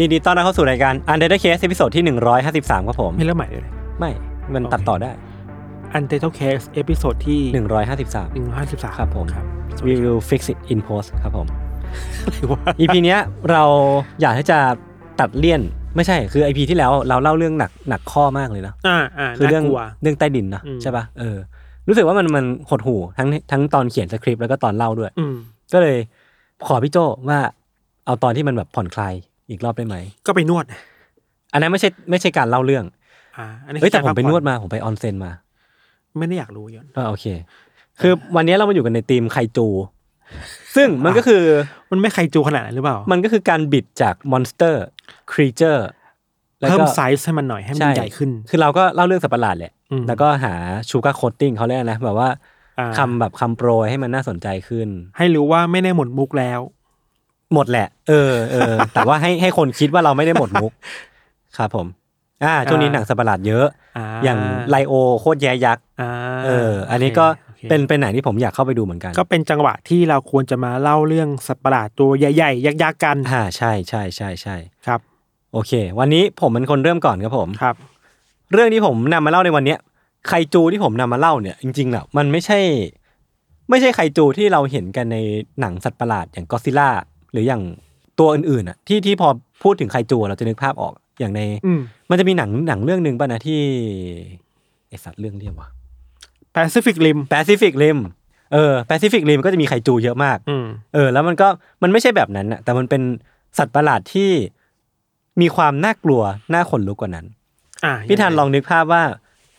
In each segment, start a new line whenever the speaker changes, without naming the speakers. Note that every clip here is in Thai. ยินดีต้อนรับเข้าสู่รายการ Untitled Case ตอนที่ 153 ครับผม
ไม่เริ่มใหม่เลย
ไม่มันตัดต่อได้
อันเทอร์เคสเอพิโซดที่
153
หนึ่งร้อยห้าสิบสาม
ครับผม
ครับ
We will fix it in post ครับผม
ว่า
EP เนี้ยเราอยากที่จะตัดเลี่ยนไม่ใช่คือ EP ที่แล้วเราเล่าเรื่องหนักหนักข้อมากเลยเนอะ
อ่าอ่า
คือเรื่อง
น่ากลัว
เรื่องใต้ดินเนอะ
อืม
ใช่ปะ่ะเออ รู้สึกว่ามันมันหดหูทั้งทั้งตอนเขียนสคริปต์แล้วก็ตอนเล่าด้วย
อืม
ก็เลยขอพี่โจว่าเอาตอนที่มันแบบผ่อนคลายอีกรอบได้ไหม
ก็ไปนวดนะ
อันนั้นไม่ใช่ไม่ใช่การเล่าเรื่อง
อ่า อันนี้
เฮ้ยแต่
คื
ผ
อกาม ร
ไป
พัก
น
ผ่
ว
อ
ดมาผมไปออนเซ็นมา
ไม่ได้อยากรู้ยศ
ก็โอเค คือวันนี้เรามาอยู่กันในทีมไคจู ซึ่งมันก็คือ
มันไม่ใครจูขนาดนั้นหรือเปล่า
มันก็คือการบิดจากมอนสเตอร์ครีเจอร์
เพิ่มไซส์ให้มันหน่อยให้มันใหญ่ขึ้น
คือเราก็เล่าเรื่องสัตว์ประหลาดแหละ
อืม
แล้วก็หาชูการ์โคตติ้งเขาเรียกนะแบบว่า
อ่า
คำแบบคำโปรยให้มันน่าสนใจขึ้น
ให้รู้ว่าไม่ได้หมดมุกแล้ว
หมดแหละ เออเออ แต่ว่าให้ให้คนคิดว่าเราไม่ได้หมดมุก ครับผม อ่าช่วงนี้
อ่า
หนังสัตว์ประหลาดเยอะ
อ่า
อย่างไลโอโคตรแย่ยักษ์
อ่า
เออ อันนี้ก็
โอค
เป็นเป็นหนังที่ผมอยากเข้าไปดูเหมือนกัน
ก็เป็นจังหวะที่เราควรจะมาเล่าเรื่องสัตว์ประหลาดตัวใหญ่ๆยักษ์ๆกัน
อ่าใช่ใช่ใช่ใช่
ครับ
โอเค วันนี้ผมเป็นคนเริ่มก่อนครับผม
ครับ
เรื่องที่ผมนำมาเล่าในวันเนี้ยไคจูที่ผมนำมาเล่าเนี่ย จริงๆแล้วมันไม่ใช่ ไม่ใช่ไคจูที่เราเห็นกันในหนังสัตว์ประหลาดอย่างก็ซิล่าหรืออย่างตัวอื่นๆอ่ะที่ที่พอพูดถึงไคจูเราจะนึกภาพออกอย่างใน
อืม
มันจะมีหนังหนังเรื่องหนึ่งป่ะนะที่ไอสัตว์เรื่องเรียกว่า
Pacific Rim
แปซิฟิกริมเออแปซิฟิกริมก็จะมีไคจูเยอะมาก
อืม
เออแล้วมันก็มันไม่ใช่แบบนั้นอะแต่มันเป็นสัตว์ประหลาดที่มีความน่ากลัวน่าขนลุกกว่านั้น
อ่ะ
พี่ทัน
ยัไ
ลองนึกภาพว่า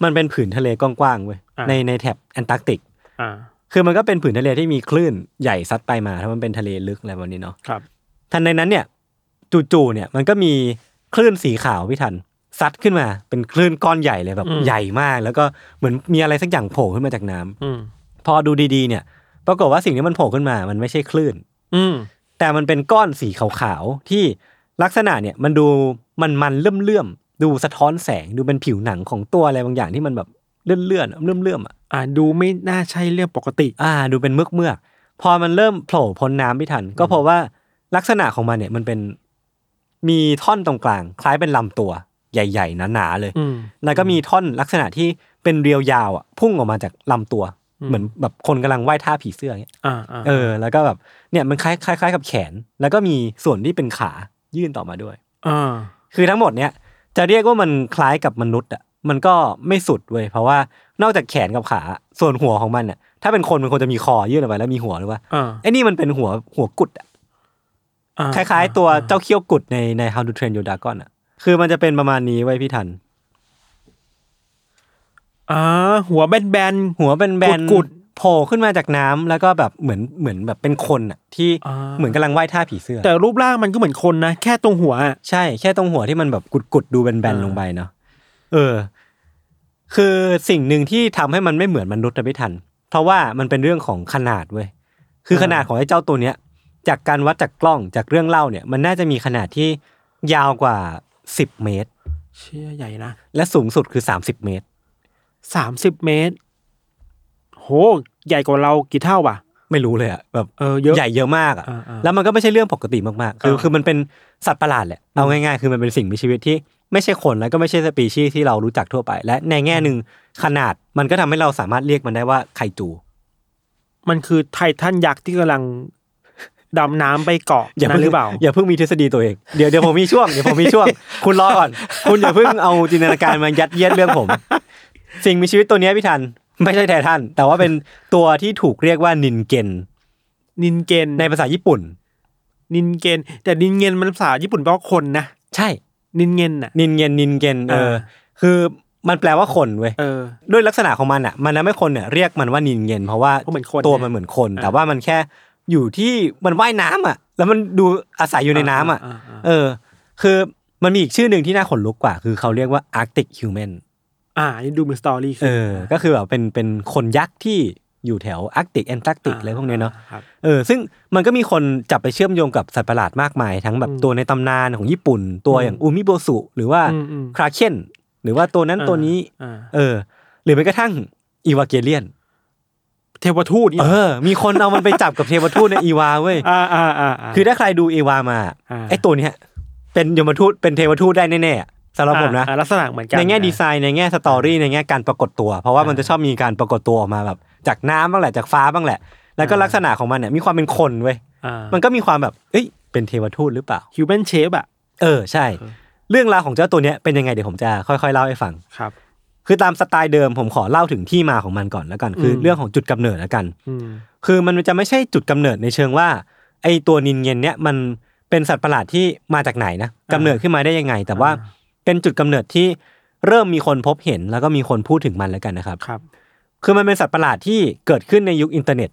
มันเป็นผืนทะเลกว้างๆเว้ย
อ่า
ในในแถบแอนตาร์กติก
อ่า
คือมันก็เป็นผืนทะเลที่มีคลื่นใหญ่ซัดไปมาถ้ามันเป็นทะเลลึกอะไรแบบนี้เนาะ
ครับ
ทันในนั้นเนี่ยจู่ๆเนี่ยมันก็มีคลื่นสีขาวพี่ทันซัดขึ้นมาเป็นคลื่นก้อนใหญ่เลยแบบ
อืม
ใหญ่มาก แล้วก็เหมือนมีอะไรสักอย่างโผล่ขึ้นมาจากน้ำ
อืม
พอดูดีๆเนี่ย ปรากฏว่าสิ่งที่มันโผล่ขึ้นมา มันไม่ใช่คลื่น
อืม
แต่มันเป็นก้อนสีขาวๆที่ลักษณะเนี่ยมันดูมันมันๆเลื่อมๆดูสะท้อนแสงดูเป็นผิวหนังของตัวอะไรบางอย่างที่มันแบบเลื่อนๆเลื่อนเลื่อมๆอ่ะ
อ่าดูไม่น่าใช่เรื่องปกติ
อ่า ดูเป็นเมือกเมือกๆพอมันเริ่มโผล่พ้นน้ำไม่ทัน ก็เพราะว่าลักษณะของมันเนี่ยมันเป็นมีท่อนตรงกลาง คล้ายเป็นลำตัว ใหญ่ๆหนาๆเลย
อืม
แล้วก็มีท่อนลักษณะที่เป็นเรียวยาวอ่ะพุ่งออกมาจากลำตัว
อืม
เหมือนแบบคนกำลังไหว้ท่าผีเสื้ออย่างเงี้ย
อ่าอ่า
เออแล้วก็แบบเนี่ยมันคล้ายคล้ายคล้ายกับแขน แล้วก็มีส่วนที่เป็นขายื่นต่อมาด้วย
อ่า
คือทั้งหมดเนี่ยจะเรียกว่ามันคล้ายกับมนุษย์อ่ะมันก็ไม่สุดเว้ยเพราะว่านอกจากแขนกับขาส่วนหัวของมันอ่ะถ้าเป็นคนมันคงจะมีคอยื่นออกไปแล้วมีหัวหรือว่า
อ่า
ไอ้นี่มันเป็นหัวหัวกุดอะ
อ่
คล้าย ๆ ตัวเจ้าเขี้ยวกุดในใน How to Train Your Dragon อ่ะคือมันจะเป็นประมาณนี้ไว้ยพี่ทัน
อ่าหัวแบนแบน
หัวเป็นแบน
กุด
โผล่ขึ้นมาจากน้ำแล้วก็แบบเหมือนเหมือนแบบเป็นคนอ่ะที่
อ่า
เหมือนกำลังไหว้ท่าผีเสื้อ
ๆแต่รูปร่างมันก็เหมือนคนนะ แค่ตรงหัวอ่ะ
ใช่แค่ตรงหัวที่มันแบบกุดๆดูแบน
อ่า
ๆลงไปเนาะเออ คือสิ่งหนึ่งที่ทำให้มันไม่เหมือนมนุษย์นะพี่ทัน เพราะว่ามันเป็นเรื่องของขนาดเว้ยคือขนาดของไอ้เจ้าตัวเนี้ย จากการวัดจากกล้องจากเรื่องเล่าเนี่ย มันน่าจะมีขนาดที่ยาวกว่าสิบเมตร
เชี่ยใหญ่นะ
และสูงสุดคือสามสิบเมตร
สามสิบเมตร โห ใหญ่กว่าเรากี่เท่าว่ะ
ไม่รู้เลยอะแบบ
เออเยอะ
ใหญ่เยอะมากอะ
อ่าๆ
แล้วมันก็ไม่ใช่เรื่องปกติมากๆคือ
อ่า
คือมันเป็นสัตว์ประหลาดแหละเอาง่ายๆ คือมันเป็นสิ่งมีชีวิตที่ไม่ใช่คนแล้วก็ไม่ใช่สปีชีส์ที่เรารู้จักทั่วไป และในแง่หนึ่งขนาดมันก็ทำให้เราสามารถเรียกมันได้ว่าไคจู
มันคือไททันยักษ์ที่กำลังดำน้ำไปเกาะ
อย่า
นั้น
เพิ่ง
หรือเปล่า
อย่าเพิ่งมีทฤษฎีตัวเองเดี๋ยวเดี๋ยว ผมมีช่วงเดี๋ยวผมมีช่วง คุณรอก่อน คุณอย่าเพิ่งเอาจินตนาการมายัดเยียดเรื่องผม สิ่งมีชีวิตตัวเนี้ยพี่ทันไม่ใช่ไททันแต่ว่าเป็นตัวที่ถูกเรียกว่านินเกน
นินเกน
ในภาษาญี่ปุ่น
นินเกน แต่นินเกนมันภาษาญี่ปุ่นแปลว่าคนนะ
ใช่
นินเกนน่ะ
นินเกนนินเกนเอ
เอ
อ
อ
คือมันแปลว่าคนเว้ย
เออ
ด้วยลักษณะของมันอ่ะ มันทำให้คนเนี่ยเรียกมันว่านินเกนเพราะว่า
ก็เหมือนคน
ตัว
นะ
มันเหมือนคน แต่ว่ามันแค่อยู่ที่มันว่ายน้ำอ่ะ แล้วมันดูอาศัยอยู่ในน้ำอ่ะ
าาา
เออ คือมันมีอีกชื่อหนึ่งที่น่าขนลุกกว่า คือเขาเรียกว่า Arctic Human
อ่าอันนี่ดูเป็นสตอรี่
เออ ก็คือแบบเป็นเป็นคนยักษ์ที่อยู่แถวอาร์กติกแอนตาร์กติกอะไรพวกเนี้ยเนาะ
ครับ
เออ ซึ่งมันก็มีคนจับไปเชื่อมโยงกับสัตว์ประหลาดมากมาย ทั้งแบบ
อืม
ตัวในตำนานของญี่ปุ่น ตัว
อืม
อย่างอูมิโบสุหรือว่า
อืมอืม
คราเคนหรือว่าตัวนั้นตัวนี้
อ่า
เออ หรือแม้กระทั่งอีวาเกเลียน
เทวทูตนี่
เอ
หรอ
อ มีคนเอามันไปจับกับเทวทูตในอีวาเว้ย
อ่าอ่าอ่าา
คือถ้าใครดูอีวามา
อ่า
ไอ้ตัวเนี้ยเป็นยมทูตเป็นเทวทูตได้แน่ๆสำหรับผมนะ
อ่าอ่าลักษณะเหมือนกัน
ในแง่
อ่า
ดีไซน์ในแง่สตอรี่ในแง่การปรากฏตัว เพราะว่ามันจะชอบมีการปรากฏตัวออกมาแบบ จากน้ำบ้างแหละจากฟ้าบ้างแหละ แล้วก็
อ่า
ลักษณะของมันเนี่ยมีความเป็นคนเว้ย
อ่า
มันก็มีความแบบเอ้ยเป็นเทวทูตหรือเปล่า
ฮิวแมนเชฟอ่ะ
เออใช่
เออ
เรื่องราวของเจ้าตัวเนี้ยเป็นยังไงเดี๋ยวผมจะค่อยๆเล่าให้ฟัง
ครับ
คือตามสไตล์เดิมผมขอเล่าถึงที่มาของมันก่อนแล้วกัน คืออ
ม
เรื่องของจุดกำเนิดแล้วกัน
อืม
คือมันจะไม่ใช่จุดกำเนิดในเชิงว่าไอตัวนินเยนเนี่ยมันเป็นสัตว์ประหลาดที่มาจากไหนนะกำเนิดขึ้นมาได้ยังไง แต่ว่า
อ่
เป็นจุดกำเนิดที่เริ่มมีคนพบเห็นแล้วก็มีคนพูดถึงมันแล้วกันนะครับ
ครับ
คือมันเป็นสัตว์ประหลาดที่เกิดขึ้นในยุคอินเทอร์เน็ต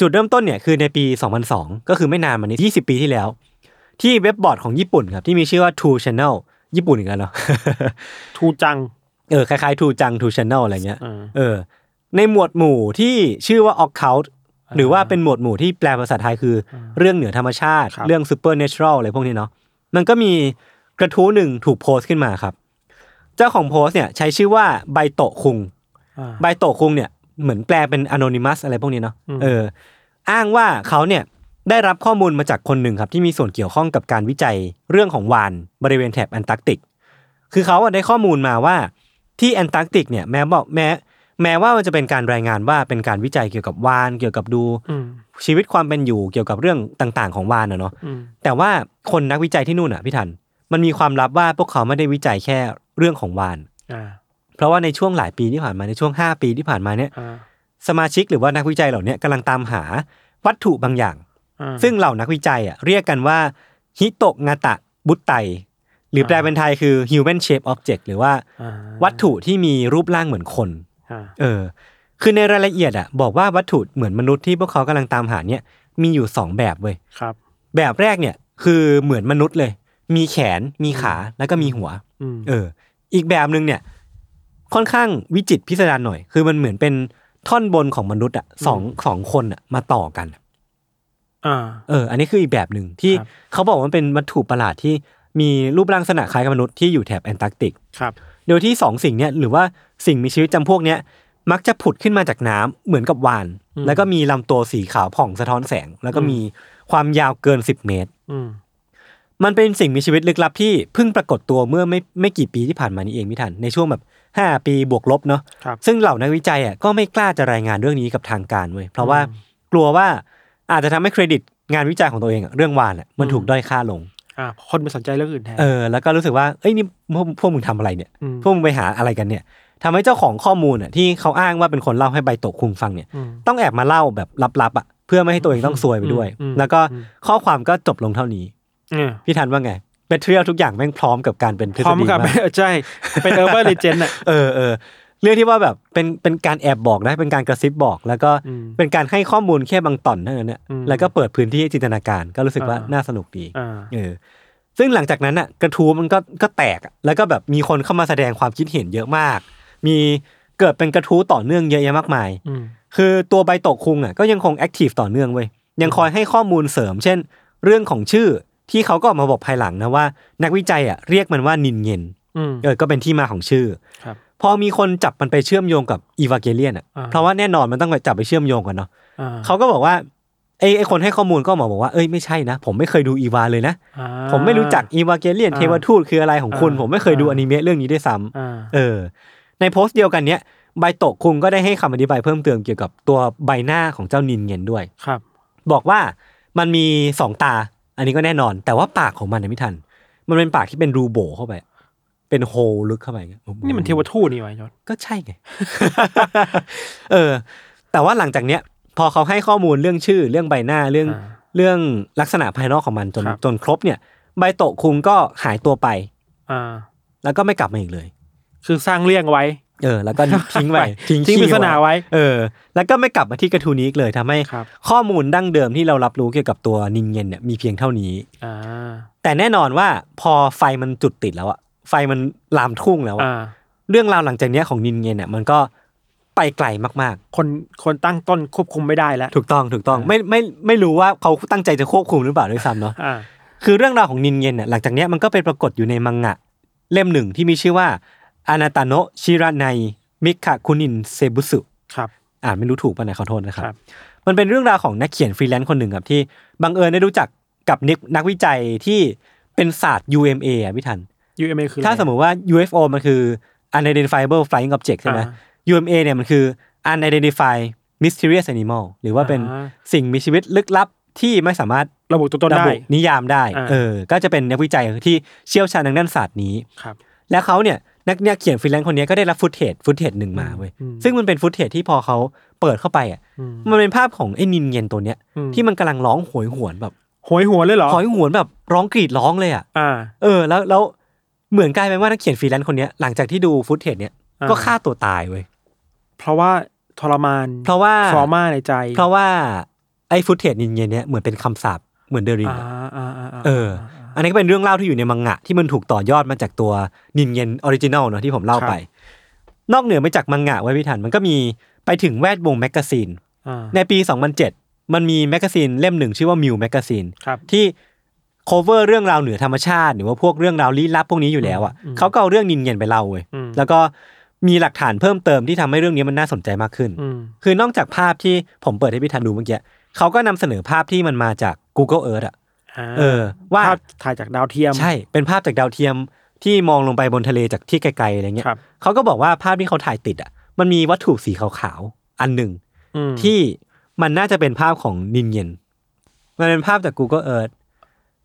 จุดเริ่มต้นเนี่ยคือในปี 2002 ก็คือไม่นานมานี้20 ปีที่แล้ว ที่เว็บบอร์ดของญี่ปุ่นครับที่มีชื่อว่า True Channel ญี่ปุ่นอีกแล้วเนาะ
ทูจัง
เออคล้ายๆ True จัง True Channel อะไรเงี้ย
อ่า
เออในหมวดหมู่ที่ชื่อว่า occult
อ่า
หรือว่าเป็นหมวดหมู่ที่แปลภาษาไทยคืออาเรื่องเหนือธรรมชาติ
ครับ
เรื่อง supernatural อะไรพวกนี้เนาะมันก็มีกระทู้หนึ่งถูกโพสต์ขึ้นมาครับ เจ้าของโพสต์เนี่ยใช้ชื่อว่าไบโตะคุง
อ่า
ไบโตะคุงเนี่ยเหมือนแปลเป็น anonymous อะไรพวกนี้เนาะ
อืม
เอออ้างว่าเขาเนี่ยได้รับข้อมูลมาจากคนหนึ่งครับที่มีส่วนเกี่ยวข้องกับการวิจัยเรื่องของวานบริเวณแถบแอนตาร์กติก คือเขาอะได้ข้อมูลมาว่าที่แอนตาร์กติกเนี่ยแม้บอกแม้ แม้ว่ามันจะเป็นการรายงานว่าเป็นการวิจัยเกี่ยวกับวานเกี่ยวกับดู
อืม
ชีวิตความเป็นอยู่เกี่ยวกับเรื่องต่างๆ ของวานอะเนาะ
อืม
แต่ว่าคนนักวิจัยที่นู่นอะพี่ทันมันมีความลับว่าพวกเขาไม่ได้วิจัยแค่เรื่องของวาน
อ่า
เพราะว่าในช่วงหลายปีที่ผ่านมาในช่วง 5 ปีที่ผ่านมาเนี่ย
อ่า
สมาชิกหรือว่านักวิจัยเหล่าเนี้ยกำลังตามหาวัตถุบางอย่าง
อ่า
ซึ่งเหล่านักวิจัยอะเรียกกันว่าฮิโตะงาตะบุตไตหรือแปลเป็นไทยคือ human shape object หรือว่า
อ่า
วัตถุที่มีรูปร่างเหมือนคน
อ่า
เออ คือในรายละเอียดอะบอกว่าวัตถุเหมือนมนุษย์ที่พวกเขากำลังตามหาเนี่ยมีอยู่สองแบบเว้ย
ครับ
แบบแรกเนี่ยคือเหมือนมนุษย์เลย มีแขนมีขาแล้วก็มีหัว
อืม
เออ อีกแบบหนึ่งเนี่ย ค่อนข้างวิจิตรพิสดารหน่อย คือมันเหมือนเป็นท่อนบนของมนุษย์อะสองสองคนอะมาต่อกัน
อ่า
เออ อันนี้คืออีกแบบหนึ่งที่
ครับ
เขาบอกว่ามันเป็นวัตถุประหลาดที่มีรูปร่างลักษณะคล้ายกับมนุษย์ที่อยู่แถบแอนตาร์กติก
ครับ
โดยที่สองสิ่งเนี้ยหรือว่าสิ่งมีชีวิตจำพวกเนี้ยมักจะผุดขึ้นมาจากน้ำเหมือนกับวาน แล้วก็มีลำตัวสีขาวผ่องสะท้อนแสง แล้วก็มีความยาวเกิน 10 เมตร
อืม
มันเป็นสิ่งมีชีวิตลึกลับที่เพิ่งปรากฏตัวเมื่อไม่ไม่กี่ปีที่ผ่านมานี้เองพี่ทันในช่วงแบบ 5 ปีบวกลบเนาะ
ครับ
ซึ่งเหล่านักวิจัยอ่ะก็ไม่กล้าจะรายงานเรื่องนี้กับทางการเว้ยเพราะว่ากลัวว่าอาจจะทำให้เครดิตงานวิจัยของตัวเองอะเรื่องวานอ่ะมันถูกด้อยค่าลง
อ่าคนไปสนใจเรื่องอื่นแทน
เออแล้วก็รู้สึกว่าเอ้ยนี่พวกพวกมึงทำอะไรเนี่ย
ม
พวกมึงไปหาอะไรกันเนี่ยทำให้เจ้าของข้อมูลอ่ะที่เขาอ้างว่าเป็นคนเล่าให้ใบโตกคุงฟังเนี่ย
อืม
ต้องแอบมาเล่าแบบลับๆอ่ะเพื่อไม่ให้ตัวเองต้องซวยไปด้วย
อืมอืม
แล้วก็ข้อความก็จบลงเท่านี้
อ่า
พี่ทันว่าไงแมทเทียลทุกอย่างแม่งพร้อมกับการเป็นทฤษ
พร้อม
ฎี
กับ
มาก
ใช่ เป็นเออร์เบอร์เลเจนอ่ะ
เออเออเรื่องที่ว่าแบบเป็นเป็นการแอบบอกนะเป็นการกระซิบบอก แล้วก็
อืม
เป็นการให้ข้อมูลแค่บางตอนเท่านั้นเนี่ย
อืม
แล้วก็เปิดพื้นที่ให้จินตนาการก็รู้สึกว่า
อ่า
น่าสนุกดี
อ่า
เออซึ่งหลังจากนั้นอ่ะกระทู้มันก็ก็แตกอะแล้วก็แบบมีคนเข้ามาแสดงความคิดเห็นเยอะมาก มีเกิดเป็นกระทู้ต่อเนื่องเยอะแยะมากมาย
อืม
คือตัวใบตกคุงอ่ะก็ยังคงแอคทีฟต่อเนื่องเว้ยยังคอยให้ข้อมูลเสริม เช่น เรื่องของชื่อที่เขาก็ออกมาบอกภายหลังนะว่า นักวิจัยอ่ะเรียกมันว่านินเย็น
อืม
เออก็เป็นที่มาของชื่อ
ครับ
พอมีคนจับมันไปเชื่อมโยงกับอีวาเกเลียนอ่ะ
อ่า
เพราะว่าแน่นอนมันต้องไปจับไปเชื่อมโยงกันเนาะ
อ่า
เขาก็บอกว่าไอ้ไอ้คนให้ข้อมูลก็ออกมาบอกว่าเอ้ยไม่ใช่นะ ผมไม่เคยดูอีวาเลยนะ
อ่า
ผมไม่รู้จักอีวาเกเลียน
อ่า
เทวทูตคืออะไรของคุณ
อ่า
ผมไม่เคยดู
อ่า
อนิเมะเรื่องนี้ด้วยซ้ำ
อ่า
เออ ในโพสต์เดียวกันเนี้ยไบโตะคุงก็ได้ให้คำอธิบายเพิ่มเติมเกี่ยวกับตัวใบหน้าของเจ้านินเงียนด้วย
ครับ
บอกว่ามันมีสองตา อันนี้ก็แน่นอน แต่ว่าปากของมันเนี่ยไม่ทัน มันเป็นปากที่เป็นรูโบเข้าไป เป็นโฮลลึกเข้าไปอย่างเงี้ย
นี่มันเทวทูตนี่หวะยศ
ก็ใช่ไง เออ แต่ว่าหลังจากเนี้ย พอเขาให้ข้อมูลเรื่องชื่อเรื่องใบหน้าเรื่อง
อ่า
เรื่องลักษณะภายนอกของมันจน
ครับ
จนครบเนี่ย ใบโตะคุงก็หายตัวไป
อ่า
แล้วก็ไม่กลับมาอีกเลย
คือสร้างเรื่องไว้
เออ แล้วก็ ทิ้งไปทิ้ง
ทิ้งป
ขี้
ริศนาไว้
เออ แล้วก็ไม่กลับมาที่กระทูนี้อีกเลยทำให้
ครับ
ข้อมูลดั้งเดิมที่เรารับรู้เกี่ยวกับตัวนินเย็นเนี่ยมีเพียงเท่านี้
อ่า
แต่แน่นอนว่าพอไฟมันจุดติดแล้วอะไฟมันลามทุ่งแล้วอะ
อ่า
เรื่องราวหลังจากเนี้ยของนินเย็นเนี่ยมันก็ไปไกลมาก
คนคนตั้งต้นควบคุมไม่ได้แล้ว
ๆ ถูกต้องถูกต้องไม่ไม่ไม่รู้ว่าเขาตั้งใจจะควบคุมหรือเปล่าด้วยซ้ำเนาะ
อ่า
คือเรื่องราวของนินเย็นเนี่ยหลังจากเนี้ยมันก็ไปปรากฏอยู่ในมังงะ เล่มหนึ่งที่มีชื่อว่าอานาตาโนะชิระไนมิคาคุนินเซบุสุ
ครับ
อ่านไม่รู้ถูกป่ะนะขอโทษนะครับ
ครับ
มันเป็นเรื่องราวของนักเขียนฟรีแลนซ์คนหนึ่งครับที่บังเอิญได้รู้จักกับนิกนักวิจัยที่เป็นศาสตร์ UMA อ่ะพี่ทัน
UMA คืออะไร
ถ้าสมมติว่า UFO มันคือ unidentifiable flying object ใช่ไหม
อ่า
UMA เนี่ยมันคือ unidentified mysterious animal หรือว่าเป็น
อ่า
สิ่งมีชีวิตลึกลับที่ไม่สามารถ
ระบุตัวตน
ระ
ได้
บุนิยามได้
อ่า
เออ ก็จะเป็นนักวิจัยที่เชี่ยวชาญทางด้านศาสตร์นี้
ครับ
แล้วเขาเนี่ยนักเนี่ยเขียนฟรีแลนซ์คนเนี้ยก็ได้รับฟุตเทจฟุตเทจหนึ่งมาเว้ย
อืม
ซึ่งมันเป็นฟุตเทจที่พอเขาเปิดเข้าไปอ่ะ
อืม
มันเป็นภาพของไอ้นินเย็นตัวเนี้ย
อืม
ที่มันกำลังร้องโหยหวนแบบ
โหยหัวนเลยเหรอ
โหยหวนแบบร้องกรีดร้องเลยอ่ะ
อ่า
เออ แล้วแล้วเหมือนกลายเป็นว่านักเขียนฟรีแลนซ์คนเนี้ยหลังจากที่ดูฟุตเทจเนี้ย
อ่า
ก็ฆ่าตัวตายเว้ย
เพราะว่าทรมาน
เพราะว่า
ทรมาในใจ
เพราะว่าไอ้ฟุตเทจนินเย็นเนี้ยเหมือนเป็นคำสาปเหมือนเดริง
อ่า
อะ
อ่าอ่าา
เออ อันนี้ก็เป็นเรื่องเล่าที่อยู่ในมังงะที่มันถูกต่อยอดมาจากตัวนินเย็นออริจินอลเนาะที่ผมเล่าไป นอกเหนือไปจากมังงะไว้พิถันมันก็มีไปถึงแวดวงแมกกาซีน
อ่า
ในปี 2007 มันมีแมกกาซีนเล่มหนึ่งชื่อว่ามิวแมกกาซีน
ครับ
ที่ cover เรื่องราวเหนือธรรมชาติ หรือว่าพวกเรื่องราวลี้ลับพวกนี้อยู่แล้วอ่ะ
อืม
เขาก็เอาเรื่องนินเย็นไปเล่าเว้ย
อืม
แล้วก็มีหลักฐานเพิ่มเติมที่ทำให้เรื่องนี้มันน่าสนใจมากขึ้น
อืม
คือนอกจากภาพที่ผมเปิดให้พี่ทันดูเมื่อกี้เขาก็นำเสนอภาพที่มันมาจาก Google Earth อ่ะ
อ่า
เออว่า
ภพถ่ายจากดาวเทียม
ใช่ เป็นภาพจากดาวเทียมที่มองลงไปบนทะเลจากที่ไกลๆอะไรเงี้ย
ครับ
เขาก็บอกว่าภาพที่เขาถ่ายติดอ่ะ มันมีวัตถุสีขาวๆ อันหนึ่ง
อืม
ที่มันน่าจะเป็นภาพของนินเย็น มันเป็นภาพจาก Google Earth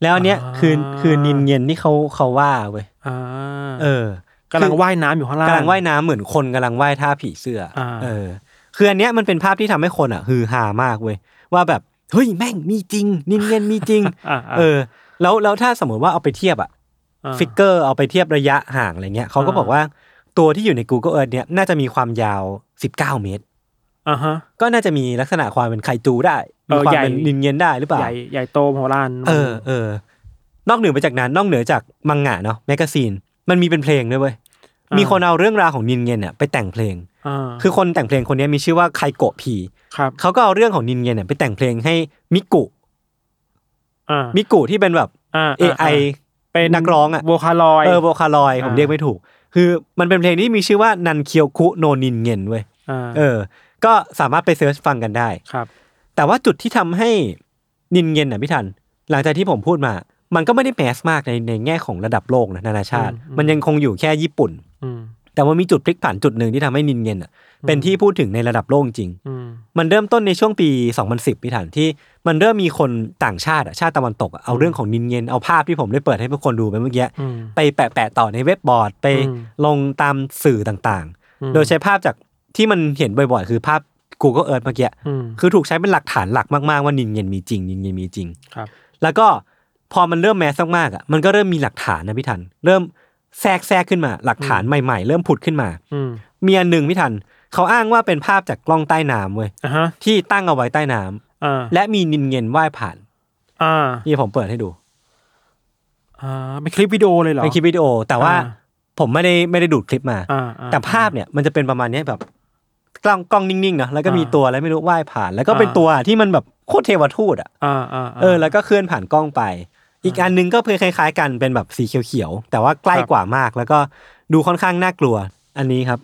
แล้วอันเนี้ยคือคือนินเย็นที่เขาเขาว่าเว้ย
อ่า
เออ
กำลังว่ายน้ำอยู่ข้างล่าง
กำลังว่ายน้ำเหมือนคนกำลังว่ายท่าผีเสื้ออา เออ คืออันเนี้ยมันเป็นภาพที่ทำให้คนอ่ะฮือฮามากเว้ยว่าแบบเฮ้ยแม่งมีจริง นินเย็นมีจริง
อ่า
เออ แล้วแล้วถ้าสมมติว่าเอาไปเทียบอ่ะ
า
ฟิกเกอร์เอาไปเทียบระยะห่างอะไรเงี้ยเขาก็
อ่า
บอกว่าตัวที่อยู่ใน Google Earth เนี่ยน่าจะมีความยาว 19 เมตร
อ่าฮะ
ก็น่าจะมีลักษณะความเป็นไคจูได้
เอ
มี
อ
ความ
ใหญ่
เป็นนินเย็นได้หรือเปล่า
ใหญ่ใหญ่โตมโหฬาร
เออเออนอกเหนือไปจากนั้นนอกเหนือจากมังงะเนาะแมกกาซีนมันมีเป็นเพลงด้วยเว้ย
ามี
มีคนเอาเรื่องราวของนินเย็นเนี่ยไปแต่งเพลง
อ่า
คือคนแต่งเพลงคนเนี้ยมีชื่อว่าไคโกะพี
ครับ
เขาก็เอาเรื่องของนินเย็นเนี่ยไปแต่งเพลงให้มิกุ
อ่า
มิกุที่เป็นแบบ
อ่าา
AI
เป็น
นักร้องอะ
โวคาลอย
เออโวคาลอยด์
อ่า
ผมเรียกไม่ถูก คือมันเป็นเพลงที่มีชื่อว่านันเคียวคุโนนินเงินเว้ย
อ่า
เออ ก็สามารถไปเซิร์ชฟังกันได้
ครับ
แต่ว่าจุดที่ทำให้นินเงินอ่ะพี่ทัน หลังจากที่ผมพูดมา มันก็ไม่ได้แมสมากในในแง่ของระดับโลกนะนานาชาติ มันยังคงอยู่แค่ญี่ปุ่น
อืม
แต่ว่ามีจุดพลิกผันจุดหนึ่งที่ทำให้นินเงินอ่ะเป็นที่พูดถึงในระดับโลกจริง
อืม
มันเริ่มต้นในช่วงปี 2010พี่ถันที่มันเริ่มมีคนต่างชาติอะชาติตะวันตกอะเอาเรื่องของนินเย็นเอาภาพที่ผมได้เปิดให้ทุกคนดูไปเมื่อกี้
อืม
ไปแปะแปะต่อในเว็บบอร์ดไป
อืม
ลงตามสื่อต่าง
อืม
ๆ โดยใช้ภาพจากที่มันเห็นบ่อยๆ คือภาพ Google Earth เมื่อกี้
อืม
คือถูกใช้เป็นหลักฐานหลักมากๆว่านินเย็นมีจริงนินเย็นมีจริง
ครับ
แล้วก็พอมันเริ่มแมสมากๆอะมันก็เริ่มมีหลักฐานนะพี่ทันเริ่มแทรกแทรกขึ้นมา หลักฐานใหม่ ๆ เริ่มผุดขึ้นมา
อืม
มีอันหนึ่งพี่ทันเขาอ้างว่าเป็นภาพจากกล้องใต้น้ำเว้ย
อ่าฮะ
ที่ตั้งเอาไว้ใต้น้ำ
อ่า
และมีนินเงินว่ายผ่าน
อ่า
นี่ผมเปิดให้ดู
อ่าเป็นคลิปวิดีโอเลยเหรอ
เป็นคลิปวิดีโอ แต่ว่า
อ่า
ผมไม่ได้ไม่ได้ดูดคลิปมา
อ่าอ่
แต่ภาพเนี่ยมันจะเป็นประมาณเนี้ยแบบกล้องกล้องนิ่งๆเนาะแล้วก็มี
อ่า
ตัวอะไรไม่รู้ว่ายผ่าน แล้วก็เป็น
อ่า
ตัวที่มันแบบโคตรเทวทูตอ่ะ
อ่าอ่า
เออแล้วก็เคลื่อนผ่านกล้องไป อีกอันหนึงก็เป็นคล้ายๆ กันเป็นแบบสีเขียวๆแต่ว่าใกล้กว่ามาก แล้วก็ดูค่อนข้างน่ากลัว อันนี้ครับ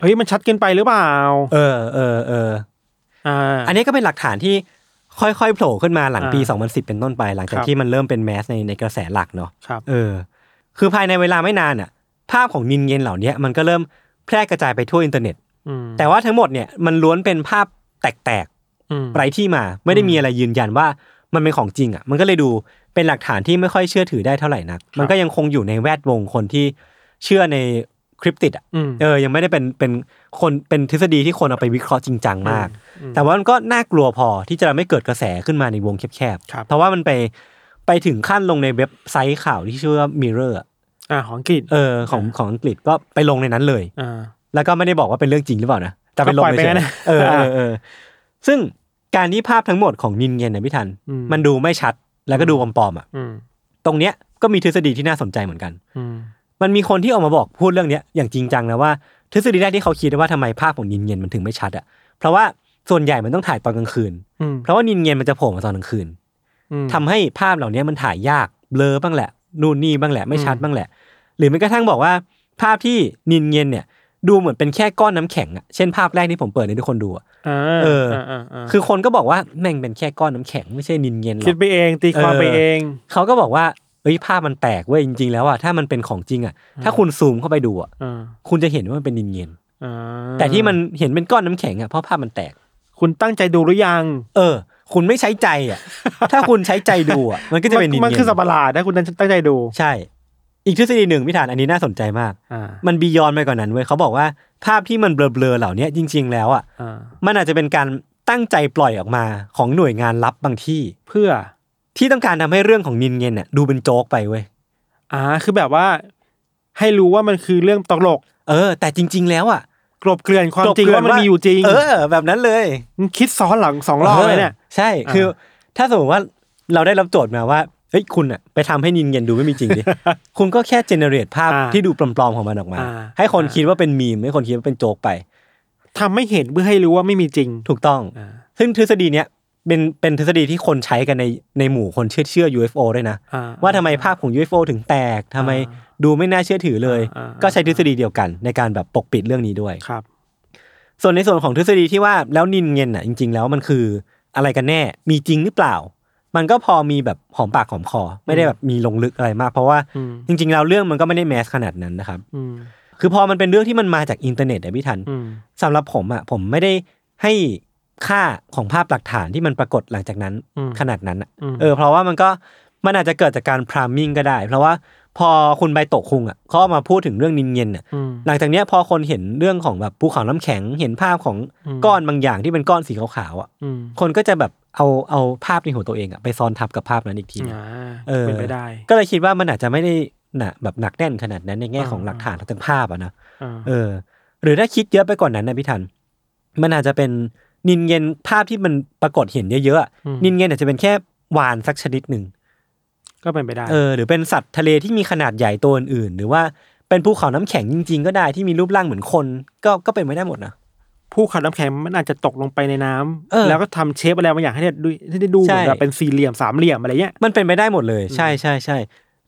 เฮ้ยมันชัดเกินไปหรือเปล่า
เออเออเออ
อ่า
อันนี้ก็เป็นหลักฐานที่ค่อยๆโผล่ขึ้นมาหลังปี
อ่า
2010 เป็นต้นไป หลังจาก
ครับ
ที่มันเริ่มเป็นแมสในในกระแสหลักเนาะ
ครับ
เออ คือภายในเวลาไม่นานอ่ะ ภาพของนินเย็นเหล่าเนี้ยมันก็เริ่มแพร่กระจายไปทั่วอินเทอร์เน็ต
อืม
แต่ว่าทั้งหมดเนี่ยมันล้วนเป็นภาพแตก
อืม
ๆไร้ที่มา ไม่ได้มีอะไรยืนยันว่ามันเป็นของจริงอ่ะ มันก็เลยดูเป็นหลักฐานที่ไม่ค่อยเชื่อถือได้เท่าไหร่นัก มันก็ยังคงอยู่ในแวดวงคนที่ เชื่อในคริปติดอ่ะ
อืม
เออยังไม่ได้เป็นเป็นคนเป็นทฤษฎีที่คนเอาไปวิเคราะห์จริงจังมาก
อืม
แต่ว่ามันก็น่ากลัวพอที่จะทำให้เกิดกระแสขึ้นมาในวงแคบ
ครับ
ๆเพราะว่ามันไปไปถึงขั้นลงในเว็บไซต์ข่าวที่ชื่อว่า Mirror อะ
อ่าของอังกฤษ
เออของของอังกฤษก็ไปลงในนั้นเลย
อ่า
แล้วก็ไม่ได้บอกว่าเป็นเรื่องจริงหรือเปล่านะแต่เป็นลง
ก็ปล่อยไปงั้น
เฉย
นะ
ๆเออเออเออซึ่งการที่ภาพทั้งหมดของนินเงียนเนี่ยพี่ทัน
อืม
มันดูไม่ชัดแล้วก็ดูปลอมๆอ่ะ
อืม
ตรงเนี้ยก็มีทฤษฎีที่น่าสนใจเหมือนกัน
อืม
มันมีคนที่ออกมาบอกพูดเรื่องเนี้ยอย่างจริงจังนะว่าทฤษฎีแรกที่เขาคิดว่าทำไมภาพของนินเงียนมันถึงไม่ชัดอ่ะเพราะว่าส่วนใหญ่มันต้องถ่ายตอนกลางคืน
อืม
เพราะว่านินเงียนมันจะโผล่มาตอนกลางคืน
อืม
ทำให้ภาพเหล่านี้มันถ่ายยากเบลอบ้างแหละ นู่นนี่บ้างแหละไม่ชัด
อืม
บ้างแหละ หรือแม้กระทั่งบอกว่า ภาพที่นินเงียนเนี่ย ดูเหมือนเป็นแค่ก้อนน้ำแข็งอะเช่นภาพแรกที่ผมเปิดให้ทุกคนดูอะ
อ่า
เออ
าา
คือคนก็บอกว่าแม่งเป็นแค่ก้อนน้ำแข็งไม่ใช่นินเงียนหร
คิ
อ
ด
ก
ไปเองตีความ
เออ
ไปเอง
เขาก็บอกว่าเอ้ยภาพมันแตกเว้ยจริง ๆ แล้วอะถ้ามันเป็นของจริงอะถ้าคุณซูมเข้าไปดูอะ
อ่า
คุณจะเห็นว่ามันเป็นนินเงียน
อ่า
แต่ที่มันเห็นเป็นก้อนน้ำแข็งอะเพราะภาพมันแตก
คุณตั้งใจดูหรือยัง
เออ คุณไม่ใช้ใจอะ ถ้าคุณใช้ใจดูอะมันก็จะเป็นนินเงียน
มันคือสับประหลาดนะคุณตั้งใจดู
ใช่ อีกทฤษฎีหนึ่งพิธานอันนี้น่าสนใจมาก
อ่า
มันบียอนไปกว่านนั้นเว้ยเขาบอกว่าภาพที่มันเบลอๆเหล่าเนี้ยจริง ๆ แล้วอ่ะ
อ่า
มันอาจจะเป็นการตั้งใจปล่อยออกมาของหน่วยงานลับบางที่
เพื่อ
ที่ต้องการทำให้เรื่องของนินเงียนเนี่ยดูเป็นโจ๊กไปเว้ย
อ่า คือแบบว่า ให้รู้ว่ามันคือเรื่องตลก
เออ แต่จริง ๆ แล้วอ่ะ
กลบเกลื่อนความจริง
กลบเกลื่
ว่ามันมีอยู่จริง
เออ แบบนั้นเลย
มึงคิดซ้อนหลังสองรอบเลยเนี่ย
ใช่คือ ถ้าสมมติว่าเราได้รับโจทย์มาว่าเฮ้ยคุณอ่ะไปทำให้นินเงียนดูไม่มีจริง ดิ คุณก็แค่เจเนเรตภาพ
อ่า
ที่ดูปลอมๆของมันออกมา
อ่า
ให้คน
อ่า
คิดว่าเป็นมีมให้คนคิดว่าเป็นโจ๊กไป
ทำไม่เห็นเพื่อให้รู้ว่าไม่มีจริง
ถูกต้อง
อ่า
ซึ่งทฤษฎีเนี้ยเป็นเป็นทฤษฎีที่คนใช้กันในในหมู่คนเชื่อเชื่อ UFO ด้วยนะ
อ่
ว่าทำไมภาพของ UFO ถึงแตกทำไม
อ่
ดูไม่น่าเชื่อถือเลย
อ่าอ่า
ก็ใช้ทฤษฎีเดียวกันในการแบบปกปิดเรื่องนี้ด้วย
ครับ
ส่วนในส่วนของทฤษฎีที่ว่าแล้วนินเงินอ่ะจริง ๆ แล้วมันคืออะไรกันแน่มีจริงหรือเปล่า มันก็พอมีแบบหอมปากหอมคอ ไม่ได้แบบมีลงลึกอะไรมาก เพราะว่า
อืม
จริง ๆ แล้วเรื่องมันก็ไม่ได้แมสขนาดนั้นนะครับ
อืม
คือพอมันเป็นเรื่องที่มันมาจากอินเทอร์เน็ตอะพี่ทัน
อืม
สำหรับผมอะผมไม่ได้ให้ค่าของภาพหลักฐานที่มันปรากฏหลังจากนั้น
อืม
ขนาดนั้นอะ
อืม
เออเพราะว่ามันก็มันอาจจะเกิดจากการพรามมิ่งก็ได้ เพราะว่าพอคุณใบโตะคุงอะเขาเอามาพูดถึงเรื่องนินเย็นอะ
อืม
หลังจากเนี้ยพอคนเห็นเรื่องของแบบภูเขาน้ำแข็งเห็นภาพของ
อืม
ก้อนบางอย่างที่เป็นก้อนสีขาวๆอะ
อืม
คนก็จะแบบเอาเอาภาพในหัวตัวเองอะไปซ้อนทับกับภาพนั้นอีกทีหนึ่ง
อ่า
เออ
เป็นไปได้
ก็เลยคิดว่ามันอาจจะไม่ได้หนะแบบหนักแน่นขนาดนั้นในแง่ของหลักฐานทางภาพอะนะ
อ่า
เออหรือถ้าคิดเยอะไปกว่อนนั้นนะพี่ทัน มันอาจจะเป็นนินเย็นภาพที่มันปรากฏเห็นเยอะๆอะนินเย็นอาจจะเป็นแค่วานสักชนิดหนึ่ง
ก็เป็นไปได้
เออหรือเป็นสัตว์ทะเลที่มีขนาดใหญ่ตัวอื่นๆหรือว่าเป็นภูเขาน้ำแข็งจริง ๆ ก็ได้ที่มีรูปร่างเหมือนคน ก็ก็เป็นไปได้หมดนะ
ผู้ขับน้ำแข็งมันอาจจะตกลงไปในน้ำ
เออ
แล้วก็ทำเชฟอะไรบางอย่างให้ได้ดูให้ได้ดู
ใช่
เหมือนแบบเป็นสี่เหลี่ยมสามเหลี่ยมอะไรเงี้ย
มันเป็นไปได้หมดเลยใช่ใช่ใช่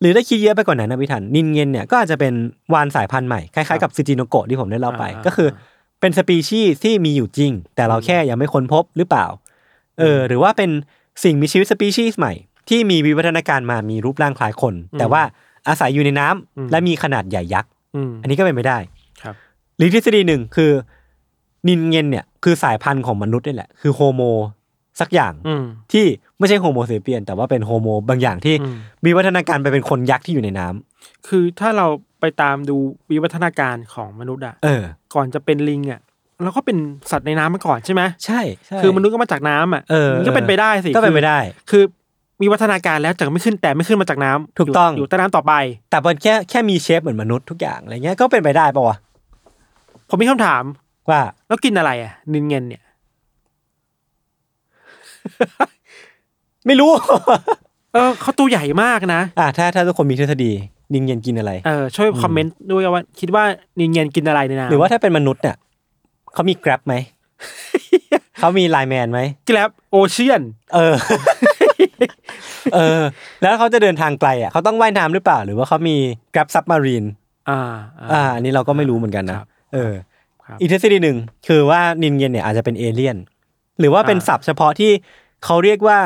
หรือถ้าคิดเยอะไปกว่อนนั้นนะพี่ทันนินเย็นเนี่ยก็อาจจะเป็นวานสายพันธุ์ใหม่คล้ายๆกับซูจิโนโกะที่ผมได้เล่าไป
อ่า
ก็คือ เป็นสปีชีส์ที่มีอยู่จริง แต่เราแค่ยังไม่ค้นพบหรือเปล่า เออ หรือว่าเป็นสิ่งมีชีวิตสปีชีส์ใหม่ ที่มีวิวัฒนาการมามีรูปร่างคล้ายคน แต่ว่าอาศัยอยู่ในน้ำและมีขนาดใหญ่ยักษ์
อืม
อันนี้ก็เป็นไปได้
ครับ
หรือทฤษฎีหนึ่งคือ นินเงนเนี่ยคือสายพันธุ์ของมนุษย์นี่แหละ คือโฮโมสักอย่าง
อืม
ที่ไม่ใช่โฮโมเซเปียน แต่ว่าเป็นโฮโมบางอย่างที่
อืม
มีวัฒนาการไปเป็นคนยักษ์ที่อยู่ในน้ำ
คือถ้าเราไปตามดูวิวัฒนาการของมนุษย์อะ
เออ
ก่อนจะเป็นลิงอะเราก็เป็นสัตว์ในน้ำมาก่อนใช่ไหม
ใช่ใช่
คือมนุษย์ก็มาจากน้ำอะ
เออ
มันก็เป็นไปได้สิ
ก็เป็นไปได้
คือคือมีวัฒนาการแล้วแต่ไม่ขึ้นแต่ไม่ขึ้นมาจากน้ำ
ถูกต้อง
ยู่ยู่ใต้น้ำต่อไป
แต่มันแค่แค่มีเชฟเหมือนมนุษย์ทุกอย่างอะไรเงี้ยก็เป็นไปได้ปะวะ
ผมมีคำถาม
ว่า
แล้วกินอะไรอะนินเงินเนี่ย
ไม่รู้
เออเขาตัวใหญ่มากนะ
อ่ะถ้าถ้าทุกคนมีทฤษฎีนิงเย็นกินอะไร
เออช่วยคอมเมนต์ด้วยว่าคิดว่านินเงินกินอะไรในน้ำ
หรือว่าถ้าเป็นมนุษย์เนี่ยเขามี Grab ไหม เขามีไลแมนไหม
แกลบโอเชียน
เออ เออ แล้วเขาจะเดินทางไกลอ่ะเขาต้องว่ายน้ำหรือเปล่า หรือว่าเขามี Grab ซับมารีน
อ่า
อ่าอันนี้เราก็ไม่รู้เหมือนกันนะครับ เออ
ครับ
อีกทฤษฎีหนึ่งคือว่านินเย็นเนี่ยอาจจะเป็นเอเลี่ยน หรือว่าเป็นศัพท์เฉพาะที่เขาเรียกว่า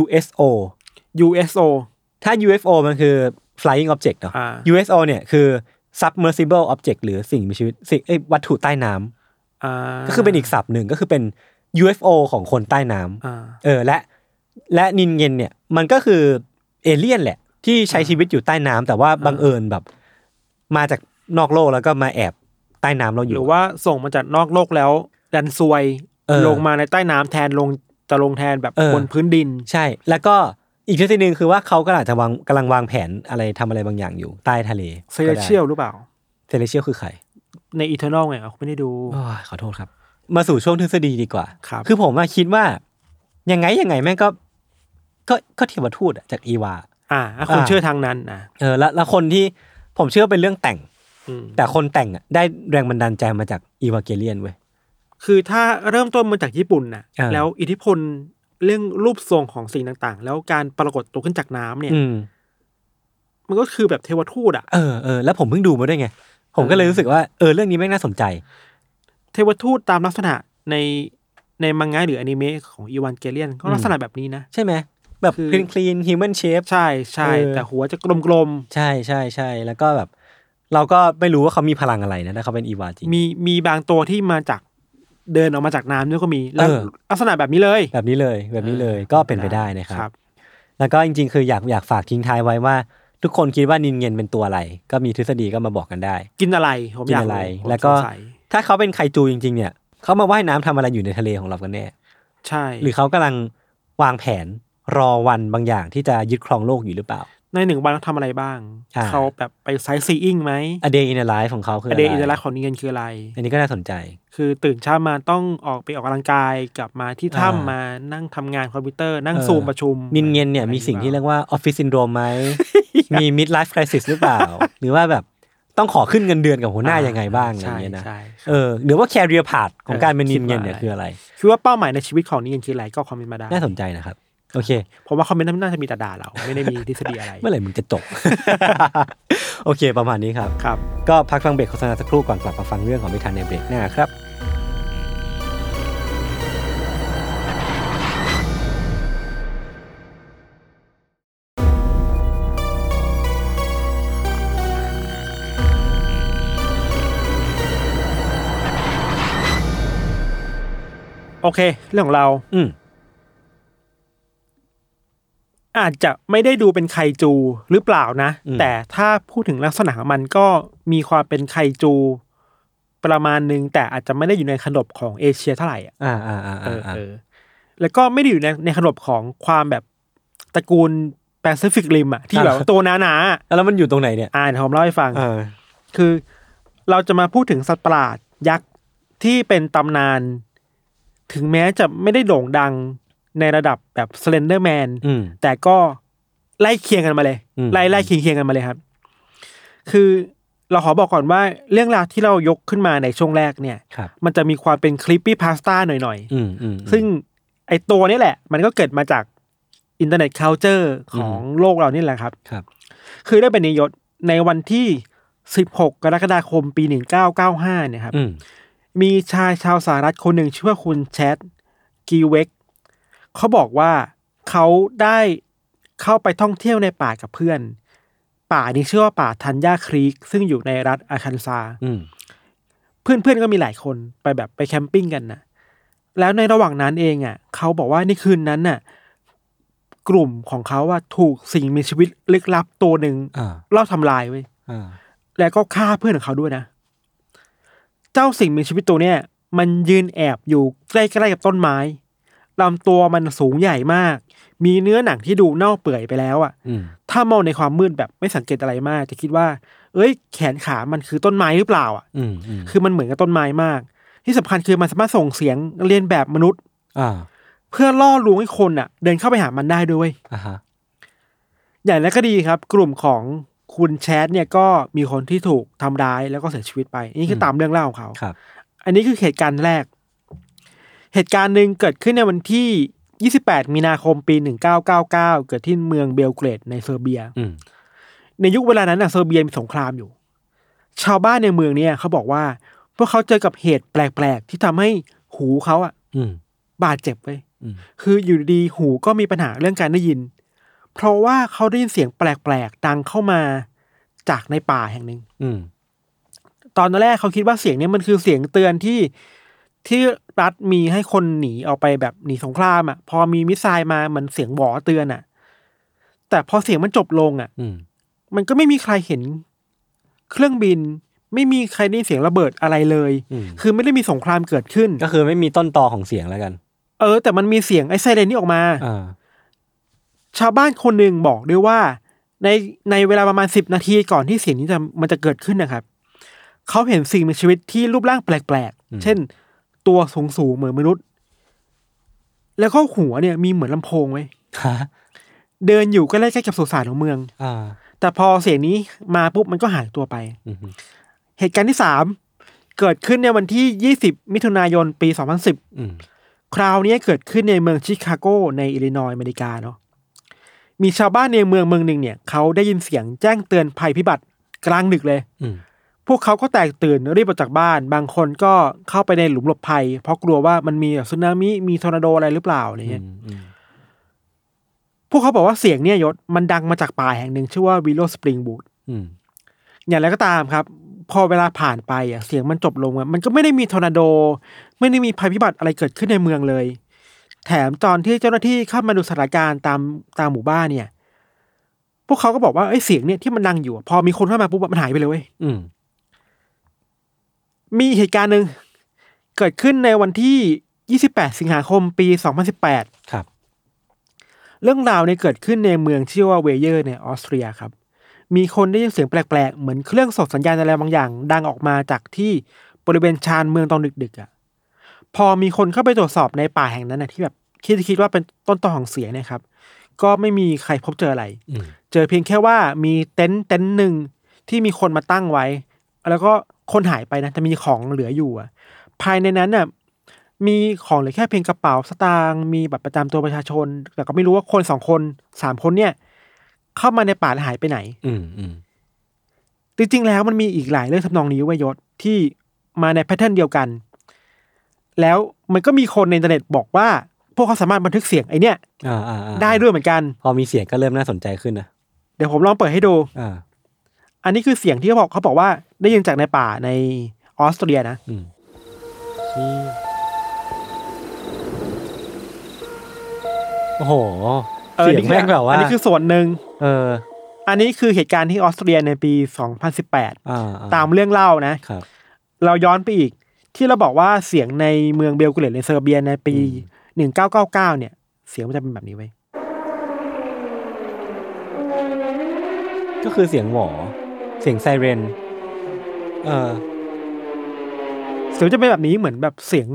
USO
USO
ถ้า UFO มันคือ flying object เนาะ
อ่า
USO เนี่ยคือ submersible object หรือสิ่งมีชีวิตสิ่งเอ้ยวัตถุใต้น้ำ
อ่า
ก็คือเป็นอีกศัพท์หนึ่งก็คือเป็น UFO ของคนใต้น้ำ
อ่า
เออและและนินเย็นเนี่ยมันก็คือเอเลี่ยนแหละ ที่ใช้ชีวิตอยู่ใต้น้ำแต่ว่าบังเอิญแบบ มาจาก นอกโลกแล้วก็มาแอบใต้น้ำเราอ
ห
ยู่
รือว่าส่งมาจากนอกโลกแล้ว ดันซวย
เออ
ลงมาในใต้น้ำแทนลงจะลงแทนแบบ
เออ
บนพื้นดิน
ใช่ แล้วก็อีกทฤษฎีหนึ่งคือว่าเขากำลังจะวางกำลังวางแผนอะไรทำอะไรบางอย่างอยู่ใต้ทะเล
เซเลเชียลหรือเปล่า
เซเลเชียลคือใคร
ในอีเทอร์นอลไงอ่ะผมไม่ได้ดู
โอ้ยขอโทษครับ มาสู่ช่วงทฤษฎีดีกว่า
ครับ
อผมอะคิดว่า ยังไงยังไงแม่งก็ ก็ก็เทวทูตอะจากอีวา
อ่าถ้าคุณ
อ่า
เชื่อทางนั้นนะ
เออแล้วแล้วคนที่ผมเชื่อเป็นเรื่องแต่ง
อืม
แต่คนแต่งอะได้แรงบันดาลใจมาจากอีวาเกเลียนเว้ย
คือถ้าเริ่มต้นมาจากญี่ปุ่นนะ
อ่า
แล้วอิทธิพลเรื่องรูปทรงของสิ่งต่างๆ แล้วการปรากฏตัวขึ้นจากน้ำเนี่ย
อืม
มันก็คือแบบเทวทูตอ่ะ
เออเออแล้วผมเพิ่งดูมาด้วยไง ผมก็เลยรู้สึกว่าเออเรื่องนี้แม่งน่าสนใจ
เทวทูตตามลักษณะในในมังงะหรืออนิเมะของอีวานเกเลียนก็ลักษณะแบบนี้นะ
ใช่ไหมแบบ
คือ
คลีนคลีนฮิวแมนเชฟ
ใช่ใช่
เออ
แต่หัวจะกลม
ใช่ใช่ใช่แล้วก็แบบ เราก็ไม่รู้ว่าเขามีพลังอะไรนะถ้าเขาเป็นอีวาจริง
ๆมีมีบางตัวที่มาจากเดินออกมาจากน้ำด้วยก็มีแล้ว
เออ
ลักษณะแบบนี้เลย
แบบนี้เลยแบบนี้เลยก็เป็นไปได้นะครับ
ครับ
แล้วก็จริงๆ คืออยากอยากฝากทิ้งท้ายไว้ว่า ทุกคนคิดว่านินเงินเป็นตัวอะไร ก็มีทฤษฎีก็มาบอกกันได้
กินอะไรผม
กิ
อน ยาก
อะไร
ผม
แล้วก็
สงสัย
ถ้าเขาเป็นไคจูจริง ๆ เนี่ยเขามาว่ายน้ำทำอะไรอยู่ในทะเลของเรากันแน่
ใช่
หรือเขากำลังวางแผนรอวันบางอย่างที่จะยึดครองโลกอยู่หรือเปล่า
ในหนึ่งวันเขาทำอะไรบ้าง
อ่า
เขาแบบไปไซซีอิงไหม
A day in the life ของเขาคือ
ป
อะ
ระ
ไร
เด็นอินเตอร์แลกของนิเงินคืออะไร
อันนี้ก็น่าสนใจ
คือตื่นเช้ามาต้องออกไปออกกำลังกายกลับมาที่
อ่า
ถ้ำมานั่งทำงานคอมพิวเตอร์นั่ง
เออ
ซูมประชุม
นินเงินเนี่ยมีสิ่งที่เรียกว่าออฟฟิศซินโดร มไหม มีมิดไลฟ์คริสหรือเปล่า หรือว่าแบบต้องขอขึ้นเงินเดือนกับหัวหน้ายังไงบ้างอะไรอย่างเงี้ยนะ
ใช่ใช่
เออหรือว่าแคเรียพาดของการเป็น
เออ
นินเงินเนี่ย
คิด
คือ
ว่า
อะไร
คิดว่าเป้าหมายในชีวิตของนิเงินคืออะไรก็คอมเมนต์มาได้
น่าสนใจนะครับ โอเค
ผมว่าคอมเมนต์นั้นน่าจะมีแต่ด่าเรา ไม่ได้มีทฤษฎีอะไร
เมื่อไหร่มึงจะจบ โอเค ประมาณนี้ครับ
ครับ
ก็พักฟังเบรกโฆษณาสักครู่ก่อนกลับมาฟังเรื่องของนิทานในเบรกหน้าครับ
โอเค เรื่องของเรา
อืม
อาจจะไม่ได้ดูเป็นไคจูหรือเปล่านะ แต่ถ้าพูดถึงลักษณะของมันก็มีความเป็นไคจูประมาณหนึ่งแต่อาจจะไม่ได้อยู่ในขนบของเอเชียเท่าไหร่อะ
อ่าอ่าอ่า
เออ
อ่า
เออแล้วก็ไม่ได้อยู่ในในขนบของความแบบตระกูลแปซิฟิกริมอะที่แบบตัวหนาๆอะ
แล้วมันอยู่ตรงไหนเนี่ย
อ่านผมเล่าให้ฟัง
เออ
คือ เราจะมาพูดถึงสัตว์ประหลาดยักษ์ที่เป็นตำนาน ถึงแม้จะไม่ได้โด่งดังในระดับแบบส l ลนเดอร์แมน
อืม
แต่ก็ไล่เคียงกันมาเลย
อืม
ไล่ไล่เคียงเคียงกันมาเลยครับ คือเราขอบอกก่อนว่าเรื่องราวที่เรายกขึ้นมาในช่วงแรกเนี่ย
ครับ
มันจะมีความเป็นคลิปปี้พาสต้าหน่อยๆ
อืมอืม
ซึ่งไอตัวนี่แหละ มันก็เกิดมาจากอินเทอร์เน็ตเคาน์เตอร์ของโลกเรานี่แหละครับ
ครับ
คือได้เป็นนิยศในวันที่ 16 กรกฎาคมปี 1995 เนี่ยครับ
อืม
มีชายชาวสหรัฐคนหนึ่งชื่อว่าคุณแชทกีเวกเขาบอกว่าเขาได้เข้าไปท่องเที่ยวในป่ากับเพื่อน ป่านี้ชื่อว่าป่าทันยาครีก ซึ่งอยู่ในรัฐอาคันซา
อืม
เพื่อนเพื่อนๆก็มีหลายคนไปแบบไปแคมปิ้งกันนะแล้วในระหว่างนั้นเองอ่ะเขาบอกว่าในคืนนั้นน่ะ กลุ่มของเขาว่าถูกสิ่งมีชีวิตลึกลับตัวหนึ่ง
อ่า
เล่าทำลายไว้ย
อ่า
แล้วก็ฆ่าเพื่อนของเขาด้วยนะ เจ้าสิ่งมีชีวิตตัวเนี้ยมันยืนแอบอยู่ใกล้ๆกับต้นไม้ลำตัวมันสูงใหญ่มาก มีเนื้อหนังที่ดูเน่าเปื่อยไปแล้วอ่ะ
อืม
ถ้ามองในความมืดแบบไม่สังเกตอะไรมาก จะคิดว่า เอ้ย แขนขามันคือต้นไม้หรือเปล่าอ่ะ
อืมอืม
คือมันเหมือนกับต้นไม้มาก ที่สำคัญคือมันสามารถส่งเสียงเรียนแบบมนุษย์
อ่า
เพื่อล่อลวงให้คนอ่ะ เดินเข้าไปหามันได้ด้วย
อ่าฮะ
อย่างนั้นก็ดีครับ กลุ่มของคุณแชทเนี่ยก็มีคนที่ถูกทำร้ายแล้วก็เสียชีวิตไป นี่คือตามเรื่องเล่าของเขา
ครับ
อันนี้คือเหตุการณ์แรก เหตุการณ์หนึ่งเกิดขึ้นในวันที่ 28 มีนาคมปี 1999 เกิดที่เมืองเบลเกรดในเซอร์เบีย
อืม
ในยุคเวลานั้นน่ะเซอร์เบียมีสงครามอยู่ ชาวบ้านในเมืองเนี่ยเขาบอกว่า พวกเขาเจอกับเหตุแปลกๆ ที่ทำให้หูเขาอ่ะ
อืม
บาดเจ็บไป
อืม
คืออยู่ดีๆหูก็มีปัญหาเรื่องการได้ยิน เพราะว่าเขาได้ยินเสียงแปลกๆ ดังเข้ามาจากในป่าแห่งหนึ่ง
อืม
ตอนแรกเขาคิดว่าเสียงเนี้มันคือเสียงเตือนที่ที่รัฐมีให้คนหนีออกไปแบบหนีสงครามอ่ะ พอมีมิสไซล์มามันเสียงหวอเตือนอ่ะ แต่พอเสียงมันจบลงอ่ะ
อืม
มันก็ไม่มีใครเห็นเครื่องบิน ไม่มีใครได้ยินเสียงระเบิดอะไรเลย
อืม
คือไม่ได้มีสงครามเกิดขึ้น
ก็คือไม่มีต้นตอของเสียงแล้วกัน
เออ แต่มันมีเสียงไอ้ไซเรนนี่ออกมา
อ่า
ชาวบ้านคนหนึ่งบอกด้วยว่า ในในเวลาประมาณสิบนาทีก่อนที่เสียงนี้จะมันจะเกิดขึ้นนะครับ เขาเห็นสิ่งมีชีวิตที่รูปร่างแปลกๆ เช่น ตัวสูงสูงๆเหมือนมนุษย์ แล้วก็หัวเนี่ยมีเหมือนลำโพงไว้ย
ฮะ
เดินอยู่ใกล้ๆกับสุสานของเมือง
อ่า
แต่พอเสียงนี้มาปุ๊บมันก็หายตัวไป
อืมฮึ
เหตุการณ์ที่สามเกิดขึ้นในวันที่ 20 มิถุนายนปี 2010
อืม
คราวนี้เกิดขึ้นในเมืองชิคาโกในอิลลินอยส์อเมริกาเนาะมีชาวบ้านในเมืองเมืองหนึ่งเนี่ยเขาได้ยินเสียงแจ้งเตือนภัยพิบัติกลางดึกเลย
อืม
พวกเขาก็แตกตื่นรีบออกจากบ้าน บางคนก็เข้าไปในหลุมหลบภัย เพราะกลัวว่ามันมีแบบสึนามิมีทอร์นาโดอะไรหรือเปล่าอะไร
อื
เงี้ย
มอืม
พวกเขาบอกว่าเสียงเนี่ยยศมันดังมาจากป่าแห่งหนึ่งชื่อว่าวิโลสปริงบูด
อืม
อย่างไรก็ตามครับ พอเวลาผ่านไปอ่ะเสียงมันจบลงอ่ะมันก็ไม่ได้มีทอร์นาโด ไม่ได้มีภัยพิบัติอะไรเกิดขึ้นในเมืองเลย แถมตอนที่เจ้าหน้าที่เข้ามาดูสถานการณ์ตามตามหมู่บ้านเนี่ย พวกเขาก็บอกว่าไอ้ยเสียงเนี่ยที่มันดังอยู่อะพอมีคนเข้ามาปุ๊บอะมันหายไปเลยเว้ย
อืม
มีเหตุการณ์หนึ่งเกิดขึ้นในวันที่ 28 สิงหาคมปี 2018
ครับ
เรื่องราวเนี่ยเกิดขึ้นในเมืองชื่อว่าเวเยอร์ในออสเตรียครับ มีคนได้ยินเสียงแปลกๆ เหมือนเครื่องส่งสัญญาณอะไรบางอย่าง ดังออกมาจากที่บริเวณชานเมืองตอนดึกๆอะ่ะ พอมีคนเข้าไปตรวจสอบในป่าแห่งนั้นนะที่แบบคิดคิดว่าเป็นต้นตอของเสียงเนยครับ ก็ไม่มีใครพบเจออะไร
อืม
เจอเพียงแค่ว่ามีเต็นท์เต็นท์หนึ่งที่มีคนมาตั้งไว้ แล้วก็คนหายไปนะแต่มีของเหลืออยู่อะภายในนั้นน่ะมีของเหลือแค่เพียงกระเป๋าสตางค์มีบัตรประจำตัวประชาชน แต่ก็ไม่รู้ว่าคนสองคนสามคนเนี่ย เข้ามาในป่าแล้วหายไปไหน
อืมอืม
จริงๆแล้วมันมีอีกหลายเรื่องทำนองนี้เว้ยยศที่มาในแพทเทิร์นเดียวกัน แล้วมันก็มีคนในอินเทอร์เน็ตบอกว่า พวกเขาสามารถบันทึกเสียงไอเนี่ย
อ่าอ่าอ่า
ได้ด้วยเหมือนกัน
พอมีเสียงก็เริ่มน่าสนใจขึ้นนะ
เดี๋ยวผมลองเปิดให้ดู
อ่า
อันนี้คือเสียงที่เขาบอกเขาบอกว่าได้ยินจากในป่าในออสเตรียนะ
อืมโอ้โห
เออ
เสียง
นี่คือ
แม่งแบบว่า
อันนี้คือส่วนหนึ่ง
เออ
อันนี้คือเหตุการณ์ที่ออสเตรียในปี 2018
อ่า
ตามเรื่องเล่านะ
ครับ
เราย้อนไปอีก ที่เราบอกว่าเสียงในเมืองเบลกเรตในเซอร์เบียในปี 1999 เนี่ย เสียงมันจะเป็นแบบนี้ไว้ย
ก็คือเสียงหวอเสียงไซเรน เออ
เสียงจะเป็นแบบนี้เหมือนแบบเสียง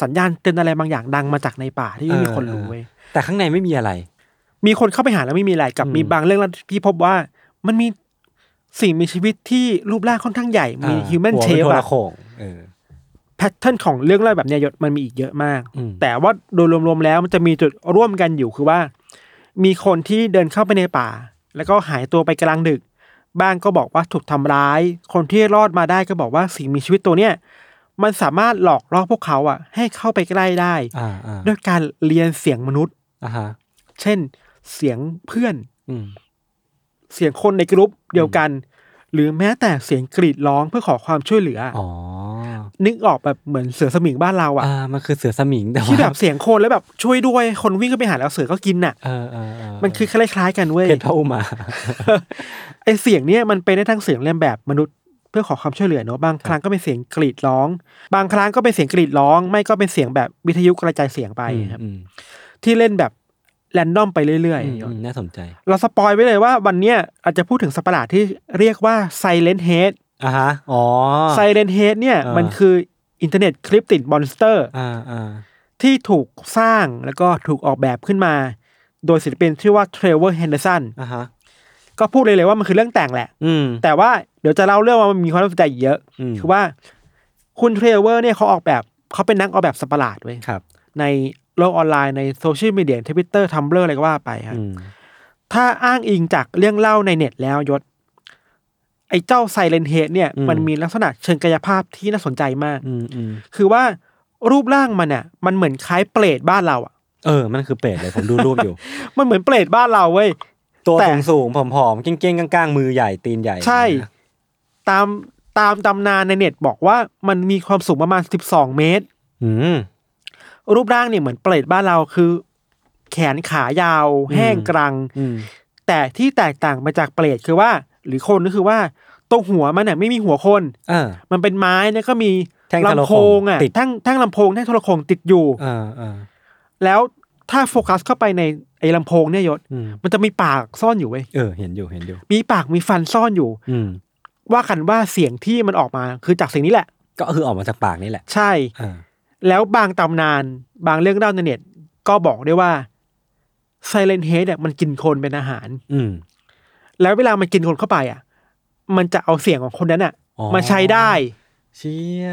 สัญญาณเตือนอะไรบางอย่างดังมาจากในป่าที่ไม่มีคนรู้เว้ย
แต่ข้างในไม่มีอะไร
มีคนเข้าไปหาแล้วไม่มีอะไรกับ
อืม
มีบางเรื่องแล้วที่พบว่ามันมีสิ่งมีชีวิตที่รูปร่างค่อนข้างใหญ่มี
า
human
หัวป็
shape
โทร
อะ
โขงเออ
แพทเทิร์นของเรื่องเล่าแบบเนี้ยยศมันมีอีกเยอะมาก
อืม
แต่ว่าโดยรวมๆแล้วมันจะมีจุดร่วมกันอยู่คือว่า มีคนที่เดินเข้าไปในป่า แล้วก็หายตัวไปกลางดึก บ้างก็บอกว่าถูกทำร้าย คนที่รอดมาได้ก็บอกว่าสิ่งมีชีวิตตัวเนี้ยมันสามารถหลอกล่อพวกเขาอะให้เข้าไปใกล้ได้
อ่าอ่า
ด้วยการเรียนเสียงมนุษย์
อ่าฮะ
เช่น เสียงเพื่อน
อืม
เสียงคนในกรุ๊ปเดียวกัน หรือแม้แต่เสียงกรีดร้องเพื่อขอความช่วยเหลืออ
อ๋อ
นึกออกแบบเหมือนเสือสมิงบ้านเราอะ
อ่ามันคือเสือสมิงแต่
ที่
ว่า
แบบเสียงคนแล้วแบบช่วยด้วยคนวิ่งก็ไปหาแล้วเสือก็กินน่ะ
เออเออเ
มันคือคล้ายๆกันเว้ย
เพชรพระอุมา
ไอเสียงเนี้ยมันเป็นได้ทั้งเสียงเลียนแบบมนุษย์เพื่อขอความช่วยเหลือเนอะบางครั้งก็เป็นเสียงกรีดร้อง บางครั้งก็เป็นเสียงกรีดร้อง ไม่ก็เป็นเสียงแบบวิทยุกระจายเสียงไปครับ
อืม
ที่เล่นแบบแรนดอมไปเรื่อย
อืม
ๆ
อืมน่าสนใจ
เราสปอยไว้เลยว่าวันเนี้ยอาจจะพูดถึงสัตว์ประหลาดที่เรียกว่าไซเลนเฮด
อ่าฮะอ๋อ
ไซเรนเฮดเนี่ย
อ่ามั
มันคืออินเทอร์เน็ตคลิปติดมอนสเตอร์
อ่าอ่า
ที่ถูกสร้างแล้วก็ถูกออกแบบขึ้นมา โดยศิลปินชื่อว่าเทรเวอร์เฮนเดอร์สัน
อ่าฮะ
ก็พูดเลยเลยว่ามันคือเรื่องแต่งแหละ
อืม
แต่ว่าเดี๋ยวจะเล่าเรื่องว่ามันมีความน่าสนใจอีกเยอะ
อืม
คือว่าคุณเทรเวอร์เนี่ยเขาออกแบบเขาเป็นนักออกแบบสัตว์ประหลาดเว้ย
ครับ
ในโลกออนไลน์ในโซเชียลมีเดียทวิตเตอร์ทัมเบอร์อะไรก็ว่าไปครับ
อืม
ถ้าอ้างอิงจากเรื่องเล่าในเน็ตแล้วยศ ไอ้เจ้าไซเลนเฮดเนี่ย
อืม
มันมีลักษณะเชิงกายภาพที่น่าสนใจมาก
อืมอืม
คือว่ารูปร่างมันอ่ะ มันเหมือนคล้ายเปรตบ้านเราอ่ะ
เออ มันคือเปรตเลย ผมดูรูปอยู่
มันเหมือนเปรตบ้านเราเว้ย
ตัว
แต่
สูงสูงๆผอมๆเก้งๆก้างๆ มือใหญ่ตีนใหญ่
ใช่
นะ
ตามตามตำนานในเน็ตบอกว่ามันมีความสูงประมาณ 12 เมตร
อืม
รูปร่างเนี่ยเหมือนเปรตบ้านเราคือ แขนขายาว แห้ง
อืม
กรัง
อืม
แต่ที่แตกต่างไปจากเปรตคือว่า หรือคนก็คือว่า ตรงหัวมันน่ะไม่มีหัวคน
เออ
มันเป็นไม้แล้วก็มี
แท่งโทร
ลำ
โข
โพ
ง
งอ่ะ
ติด
แท่งแท่งลำโพงแท่งโทรโขงติดอยู่
เออเออ
แล้วถ้าโฟกัสเข้าไปในไอ้ลำโพงเนี่ยยศ
อืม
มันจะมีปากซ่อนอยู่เว้ย
เออ เห็นอยู่เห็นอยู่
มีปากมีฟันซ่อนอยู่
อืม
ว่ากันว่าเสียงที่มันออกมาคือจากสิ่งนี้แหละ
ก็คือออกมาจากปากนี่แหละ
ใช่
เออ
แล้วบางตำนาน บางเรื่องเล่าในเน็ตก็บอกด้วยว่าไซเลนเฮดเนี่ยมันกินคนเป็นอาหาร
อืม
แล้วเวลามันกินคนเข้าไปอ่ะ มันจะเอาเสียงของคนนั้นอ่ะ
อ๋อ
มาใช้ได้
เชี่ย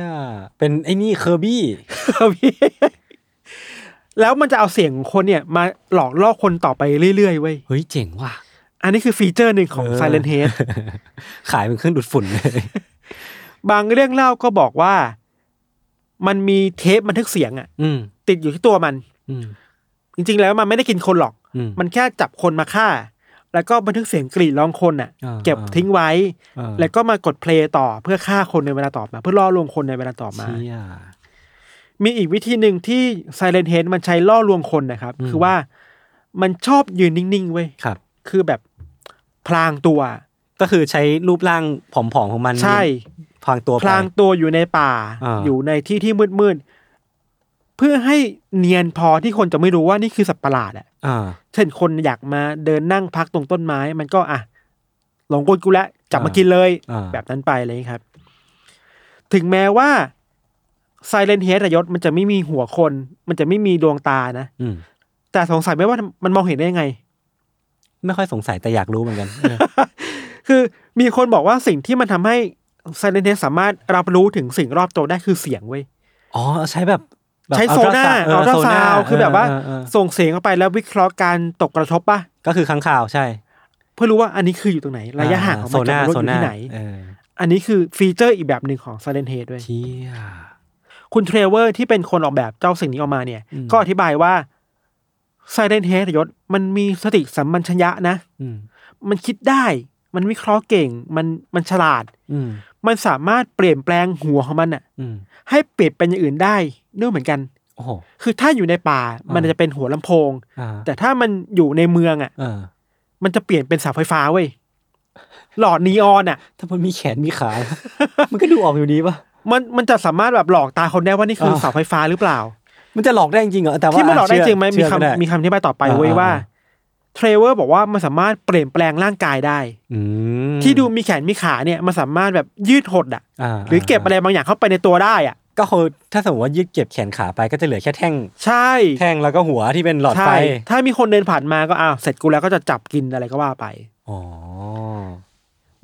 เป็นไอ้นี่เคอร์บี้
แล้วมันจะเอาเสียงของคนเนี่ย มาหลอกล่อคนต่อไปเรื่อยๆเว้ย
เฮ้ยเจ๋ง ว่ะ
อันนี้คือฟีเจอร์หนึ่งของ
เออ
ไซเลนเฮด
ขายเป็นเครื่องดูดฝุ่นเลย
บางเรื่องเล่าก็บอกว่า มันมีเทปบันทึกเสียงอ่ะ
อืม
ติดอยู่ที่ตัวมัน
อืม
จริงๆ แล้วมันไม่ได้กินคนหรอก
อืม
มันแค่จับคนมาฆ่า แล้วก็บันทึกเสียงกรีดร้องคนอ่ะ
อ่า
เก็บ
อ่า
ทิ้งไว้
เออ
แล้วก็มากดเพลย์ต่อเพื่อฆ่าคนในเวลาต่อมา เพื่อล่อลวงคนในเวลาต่อมา
เชี่ย
มีอีกวิธีหนึ่งที่ไซเลนเฮดมันใช้ล่อลวงคนนะครับ
อืม
คือว่ามันชอบยืนนิ่งๆเว้ย
ครับ
คือแบบพลางตัว
ก็คือใช้รูปร่างผอมๆของมัน
ใช่
พรางตัวไป
พลางตัวอยู่ในป่า
อ่า
อยู่ในที่ที่มืดๆเพื่อให้เนียนพอที่คนจะไม่รู้ว่านี่คือสัตว์ประหลาดอะ
อ่า
เช่นคนอยากมาเดินนั่งพักตรงต้นไม้ มันก็อ่ะหลงกลกูละจับมา
อ่ากิ
กินเลย
อ่า
แบบนั้นไปอะไรอย่างนี้ครับ ถึงแม้ว่าไซเลนเฮดยศมันจะไม่มีหัวคน มันจะไม่มีดวงตานะ
อืม
แต่สงสัยไหมว่ามันมองเห็นได้ยังไง
ไม่ค่อยสงสัยแต่อยากรู้เหมือนกันเออ
คือมีคนบอกว่าสิ่งที่มันทำให้ไซเลนเฮดสามารถรับรู้ถึงสิ่งรอบตัวได้คือเสียงเว้ย
อ๋อ ใช้แบบแบบ
ใช้โซน่า
เอ
เอา
อ
ด้าซาว
โซน่
คือแบบว่า
เเออเออ
ส่งเสียงเข้าไปแล้ววิเคราะห์การตกกระทบป่ะ
ก็คือค้างข่าวใช่
เพื่อรู้ว่าอันนี้คืออยู่ตรงไหน ระยะห่างของมันจากมนุษย์อยู่ที่ไหน
เออ
อันนี้คือฟีเจอร์อีกแบบหนึ่งของ Silent Head ด้วย
เชี่ย
คุณเทรเวอร์ที่เป็นคนออกแบบเจ้าสิ่งนี้ออกมาเนี่ย
อืม
ก็อธิบายว่า Silent Head ยศมันมีสติสัมมัญชยะนะ
อืม
มันคิดได้ มันวิเคราะห์เก่ง มันมันฉลาด
อืม
มันสามารถเปลี่ยนแปลงหัวของมันอะ
อืม
ให้เปลี่ยนเป็นอย่างอื่นได้ด้วยเหมือนกัน
โอ้โห
คือถ้าอยู่ในป่ามันอาจจะเป็นหัวลำโพง
อ่า
แต่ถ้ามันอยู่ในเมืองอะ
เออ
มันจะเปลี่ยนเป็นเสาไฟฟ้าเว้ยหลอดนีออน อะ
ถ้ามันมีแขนมีขา มันก็ดูออกอยู่ดีป่ะ
มันมันจะสามารถแบบหลอกตาคนได้ว่านี่คือ
เออ
เสาไฟฟ้าหรือเปล่า
มันจะหลอกได้จริงเหรอแต่ว่า
ที่มันหลอกได้
ะเชื่
จริงไหมมี
เชื่อก็ได้
คำมีคำที่มายต่อไป
อ่า
เว้ย
อ่า
ว่าเทรเวอร์บอกว่ามันสามารถเปลี่ยนแปลงร่างกายได้
อืม
ที่ดูมีแขนมีขาเนี่ยมันสามารถแบบยืดหดอ่ะ
า
หรือเก็บอะไรบางอย่างเข้าไปในตัวได้อ่ะ
ก็คือถ้าสมมติว่ายืดเก็บแขนขาไปก็จะเหลือแค่แท่ง
ใช่
แท่งแล้วก็หัวที่เป็นหลอดไฟ
ใช่ถ้ามีคนเดินผ่านมาก็อ้าวเสร็จกูแล้วก็จะจับกินอะไรก็ว่าไป
อ๋อ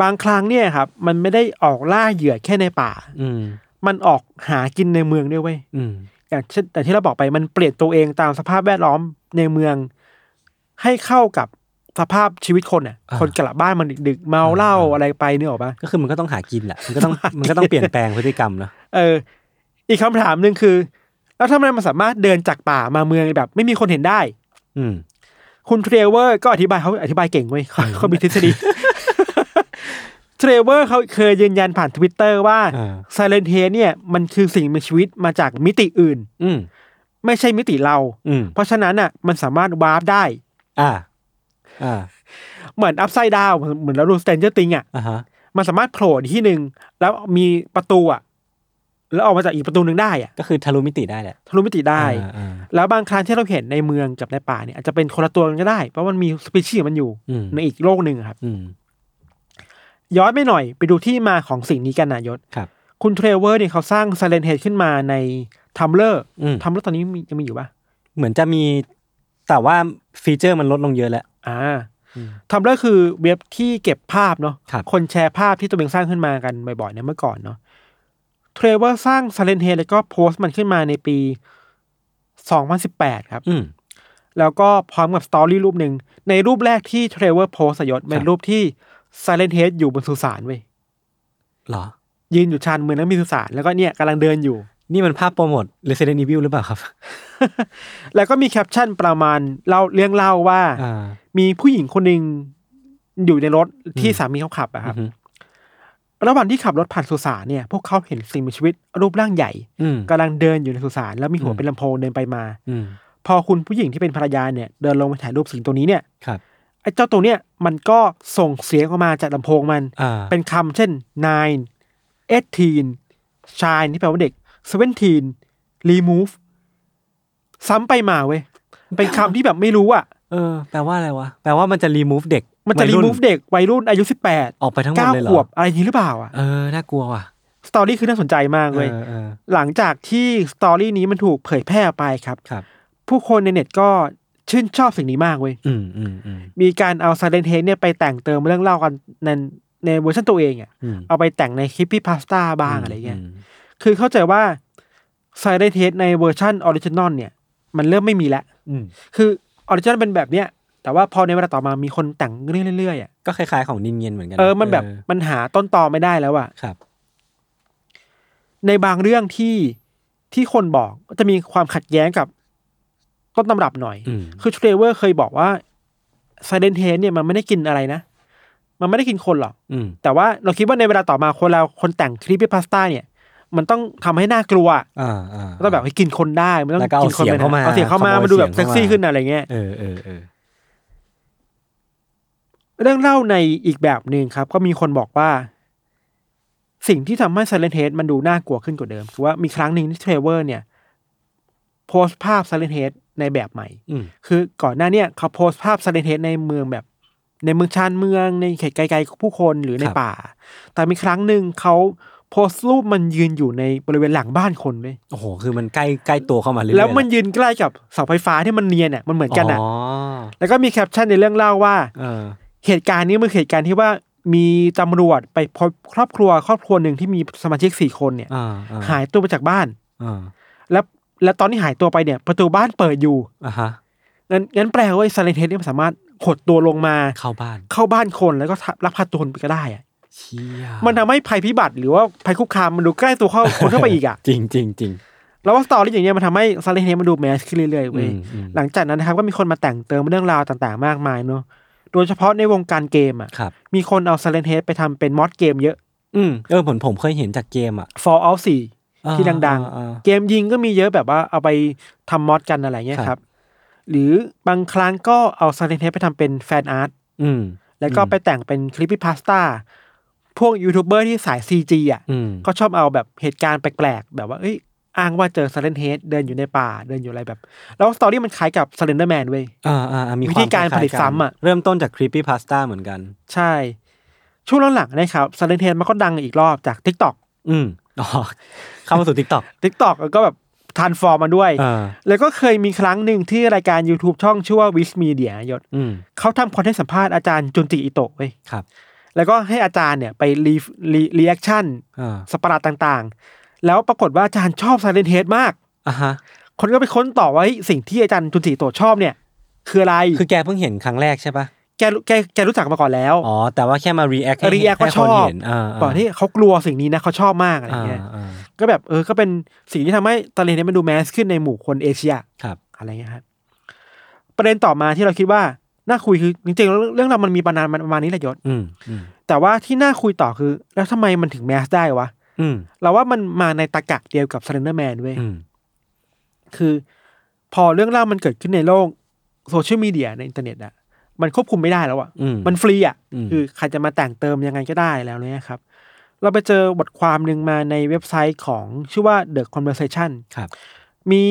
บางครั้งเนี่ยครับ มันไม่ได้ออกล่าเหยื่อแค่ในป่า
อืม
มันออกหากินในเมืองด้วยเว้ย
อืม
อย่างเช่นแต่ที่เราบอกไปมันเปลี่ยนตัวเองตามสภาพแวดล้อมในเมือง ให้เข้ากับสภาพชีวิตคนอ่ะ
อ่า
คนกลับบ้านมันดึกๆเมาเหล้าอะไรไปเนี่ยหรอกปะ
ก็คือมันก็ต้องหากินแหละ มันก็ ต้อง มันก็ต้องเปลี่ยนแปลงพฤติกรรมเนอะ
เอออีกคำถามหนึ่งคือ แล้วทำไมมันสามารถเดินจากป่ามาเมืองแบบ ไม่มีคนเห็นได้
อืม
คุณเทรเวอร์ก็อธิบายเขาอธิบายเก่งเว้ย เขาเขามีทฤษฎี เทรเวอร์เขาเคยยืนยันผ่านทวิตเตอร์ว่า
อ่า
ไซเลนเฮเนี่ยมันคือสิ่งมีชีวิตมาจากมิติอื่น
อืม
ไม่ใช่มิติเรา
อืม
เพราะฉะนั้นน่ะมันสามารถวาร์ปได้
อ่า อ่า เห
เหมือนอัพไซด์ดาวเหมือนเราดูสแตนเจอร์ติงอ่ะ
อ่าฮะ
มันสามารถโผล่ที่หนึ่งแล้วมีประตูอ่ะแล้วออกมาจากอีกประตูหนึ่งได้อ่ะ
ก็คือทะลุมิติได้แหละ
ทะลุมิติได้
อ่าอ่า
แล้วบางครั้งที่เราเห็นในเมืองกับในป่าเนี่ยอาจจะเป็นคนละตัวกันก็ได้ เพราะมันมีสปีชีส์มันอยู่
อืม
ในอีกโลกหนึ่งอะครับ
อืม
ย้อนไปหน่อยไปดูที่มาของสิ่งนี้กันนายศ
ครับ
คุณเทรเวอร์เนี่ยเขาสร้าง i ซเลนเฮดขึ้นมาในทัมเลอร์
อืม
ทัมเลอร์ตอนนี้มียังมีอยู่ปะ
เหมือนจะมี แต่ว่าฟีเจอร์มันลดลงเยอะแล้ว
อ่า
อืม
ทัมเลอร์คือเว็บที่เก็บภาพเนาะ
ครับ
คนแชร์ภาพที่ตัวเองสร้างขึ้นมากันบ่อยๆในเมื่อก่อนเนาะเทรเวอร์สร้าง i ซเลนเฮดแล้วก็โพสต์มันขึ้นมาในปี 2018 ครับ
อืม
แล้วก็พร้อมกับสตอรี่รูปหนึ่ง ในรูปแรกที่เทรเวอร์โพสต์อะยศเป็นรูปที่ Silent Head อยู่บนสุสานเว้ย
เหรอ
ยืนอยู่ชานเมืองแล้วมีสุสานแล้วก็เนี่ยกำลังเดินอยู่
นี่มันภาพโปรโมท Resident Evil หรือเปล่าครับ
แล้วก็มีแคปชั่นประมาณเล่าเรื่องเล่าว่า
อ่า
มีผู้หญิงคนหนึ่งอยู่ในรถที่
อืม
สามีเขาขับอะครับ
อืม
ระหว่างที่ขับรถผ่านสุสานเนี่ยพวกเขาเห็นสิ่งมีชีวิตรูปร่างใหญ่
อืม
กำลังเดินอยู่ในสุสานแล้วมีหั
อื
ว
ม
เป็นลำโพงเดินไปมา
อืม
พอคุณผู้หญิงที่เป็นภรรยาเนี่ยเดินลงมาถ่ายรูปสิ่งตัวนี้เนี่ย
ครับ
ไอ้เจ้าตัวเนี้ยมันก็ส่งเสียงออกมาจากลำโพงมัน
อ่า
เป็นคำเช่น nine eighteen shine ที่แปลว่าเด็ก seventeen remove ซ้ำไปมาเว้ย เป็นคำที่แบบไม่รู้อ่ะ
เออแปลว่าอะไรวะ แปลว่ามันจะ remove เด็ก
มันจะ
วัยรุ่
remove เด็กวัยรุ่นอายุสิบแปด
ออกไปทั้งหมด
เก้า
เลยเหร
ข
อ
วบอะไรอย่างนี้หรือเปล่าอ่ะ
เออน่ากลัวว่ะ
สตอรี่คือน่าสนใจมากเว้ย
ออออ
หลังจากที่สตอรี่นี้มันถูกเผยแพร่ออกไปครับ
ครับ
ผู้คนในเน็ตก็ชื่นชอบสิ่งนี้มากเว้ย
อืมอืมอืม
มีการเอาซาเลนเฮเนี่ยไปแต่งเติมเรื่องเล่ากันในในเวอร์ชันตัวเองอ่ะ
อืม
เอาไปแต่งในคลิปพี่พาสต้าบ้างอะไรเงี้ย
ม
คือเข้าใจว่าไซเ t เทสในเวอร์ชันออริจินอลเนี่ย มันเริ่มไม่มีแล้ว
อืม
คือออริจินอลเป็นแบบเนี้ย แต่ว่าพอในเวลาต่อมามีคนแต่งเรื่อยๆอ่ะ
ก็คล้ายๆของนินเงียนเหมือนกันะ
เออ มันแบบมันหาต้นตอไม่ได้แล้วอ่ะ
ครับ
ในบางเรื่องที่ที่คนบอกจะมีความขัดแย้งกับต้นตำรับหน่อย
อืม
คือเทรเวอร์เคยบอกว่าไซเ t เทสเนี่ยมันไม่ได้กินอะไรนะ มันไม่ได้กินคนหรอก
อืม
แต่ว่าเราคิดว่าในเวลาต่อมาคนเราคนแต่งคลิปพี่พาสต้าเนี่ย มันต้องทำให้น่ากลัว
อ่าอ่า
ก็ต้องแบบให้กินคนได้มันต้อง
แล้วก็เอา
กินคน
เสียงเข้ามา
เอาเสียงเข้ามา
ขโมย
มันดูแบบ
เสี
เซ็
ยงเข้ามา
กซี่ขึ้นอะไรเงี้ย
เออเออเออ
เรื่องเล่าในอีกแบบหนึ่งครับ ก็มีคนบอกว่า สิ่งที่ทำให้ Silent Head มันดูน่ากลัวขึ้นกว่าเดิมคือว่ามีครั้งหนึ่งที่เทรเวอร์เนี่ย โพสต์ภาพ Silent Head ในแบบใหม่
อืม
คือก่อนหน้าเนี่ยเขาโพสต์ภาพ Silent Head ในเมืองแบบ ในเมืองชานเมืองในเขตไกลๆผู้คนหรือในป่า แต่มีครั้งหนึ่งเขาโพสต์รูปมันยืนอยู่ในบริเวณหลังบ้านคนเลย
โอ้โห คือมันใกล้ใกล้ตัวเข้ามาเรื่อยๆ
แล้วมันยืนใกล้กับเสาไฟฟ้าที่มันเนียนเนี่ยมันเหมือนกันอ่ะ
อ๋อ
แล้วก็มีแคปชั่นในเรื่องเล่าว่า
เออ
เหตุการณ์นี้มันคือเหตุการณ์ที่ว่ามีตำรวจไปพบครอบครัวครอบครัวหนึ่งที่มีสมาชิกสี่คนเนี่ย
อ่าอ่
หายตัวไปจากบ้าน
อ่า
แล้วแล้วตอนที่หายตัวไปเนี่ย ประตูบ้านเปิดอยู่
อ่าฮะ
งั้นงั้นแปลว่าไอ้ซาเลนเทสเนี่ยมันสามารถหดตัวลงมา
เข้าบ้าน
เข้าบ้านคนแล้วก็ลักพาตัวคนไปก็ได้อะ
เชี่ย
มันทำให้ภัยพิบัติหรือว่าภัยคุกคามมันดูใกล้ตัวเข้าคนเข้าไปอีกอ่ะ
จริงจริงจริง
แล้วว่าสตอรี่อย่างเงี้ยมันทำให้ซาเลนเทสมันดูแมสขึ้นเรื่อยๆเว้ย
อืมอืม
หลังจากนั้นนะครับก็มีคนมาแต่งเติมเรื่องราวต่างๆ มากมายเนอะโดยเฉพาะในวงการเกมอ่ะ
ครับ
มีคนเอา Silent Head ไปทำเป็นมอดเกมเยอะ
อืมเออผมผมเคยเห็นจากเกมอ่ะ
Fallout 4
อ่า
ที่ดัง
อ่า
เกมยิงก็มีเยอะแบบว่าเอาไปทำมอดกันอะไรเงี้ย
ค
ค
รั
รับ บ หรือบางครั้งก็เอา Silent Head ไปทำเป็นแฟนอาร์ต
อืม
แล้วก็ไปแต่งเป็นคลิปพาสต้าพวกยูทูบเบอร์ที่สาย CG อ่ะ
อืม
ก็ชอบเอาแบบเหตุการณ์แปลกๆ แบบว่าเอ้ยอ้างว่าเจอ Silent Head เดินอยู่ในป่าเดินอยู่อะไรแบบ แล้วสตอรี่มันคล้ายกับ Slender Man เว้ย
อ่าอ่าอ่ามีคม
วิธีการผลิต
คยๆน
ซ้ำอะ
เริ่มต้นจากคลิปปี้พาสต้าเหมือนกัน
ใช่ ช่วงหลังๆนะครับ Silent Head มันก็ดังอีกรอบจาก TikTok
อืมอ๋อเข้ามาสู่ทิกตอก
ทิกตอกก็แบบทานฟอร์มมาด้วย
เออ
แล้วก็เคยมีครั้งหนึ่งที่รายการ YouTube ช่องชื่อว่าวิสมีเดียยศ
อืม
เขาทำคอนเทนต์สัมภาษณ์อาจารย์จุนจิอิโตะเว้ย
ครับ
แล้วก็ให้อาจารย์เนี่ยไปรีรีรีแอคชั่น
อ่า
สตว์ปาร์ตต่างๆ แล้วปรากฏว่าอาจารย์ชอบไซเลนเฮดมาก
อ่าฮะ
คนก็ไปค้นต่อว่าเฮ้ยสิ่งที่อาจารย์จุนจิอิโตะชอบเนี่ย คืออะไร
คือแกเพิ่งเห็นครั้งแรกใช่ปะ
แกรู้แกแกรู้จักมาก่อนแล้ว
อ๋อ แต่ว่าแค่มา react ให้
รีแอค
ให้
ก็ช
คน
อบ
เห็นอ่าา
บอกที่เขากลัวสิ่งนี้นะเขาชอบมากอะไร
อ่า
เงี้ย
อ่า
ก็แบบเออก็เป็นสิ่งที่ทำให้ตะเลนเนี่ยมันดูแมสขึ้นในหมู่คนเอเชีย
ครับ
อะไรเงี้ยครับประเด็นต่อมาที่เราคิดว่าน่าคุยคือจริงๆแล้วเรื่องราวมันมีประมาณประมาณนี้แหละยศ
อืมอืม
แต่ว่าที่น่าคุยต่อคือ แล้วทำไมมันถึงแมสได้วะ
อืม
เราว่ามันมาในตะกะเดียวกับ Slender Man เว้ย
อืม
คือ พอเรื่องเล่าวมันเกิดขึ้นในโลกโซเชียลมีเดียในอินเทอร์เน็ตอะมันควบคุมไม่ได้แล้วอะ
อืม
มันฟรีอะ
อืม
คือใครจะมาแต่งเติมยังไงก็ได้แล้วเนี่ยครับ เราไปเจอบทความหนึ่งมาในเว็บไซต์ของชื่อว่า The Conversation
ครับ
มี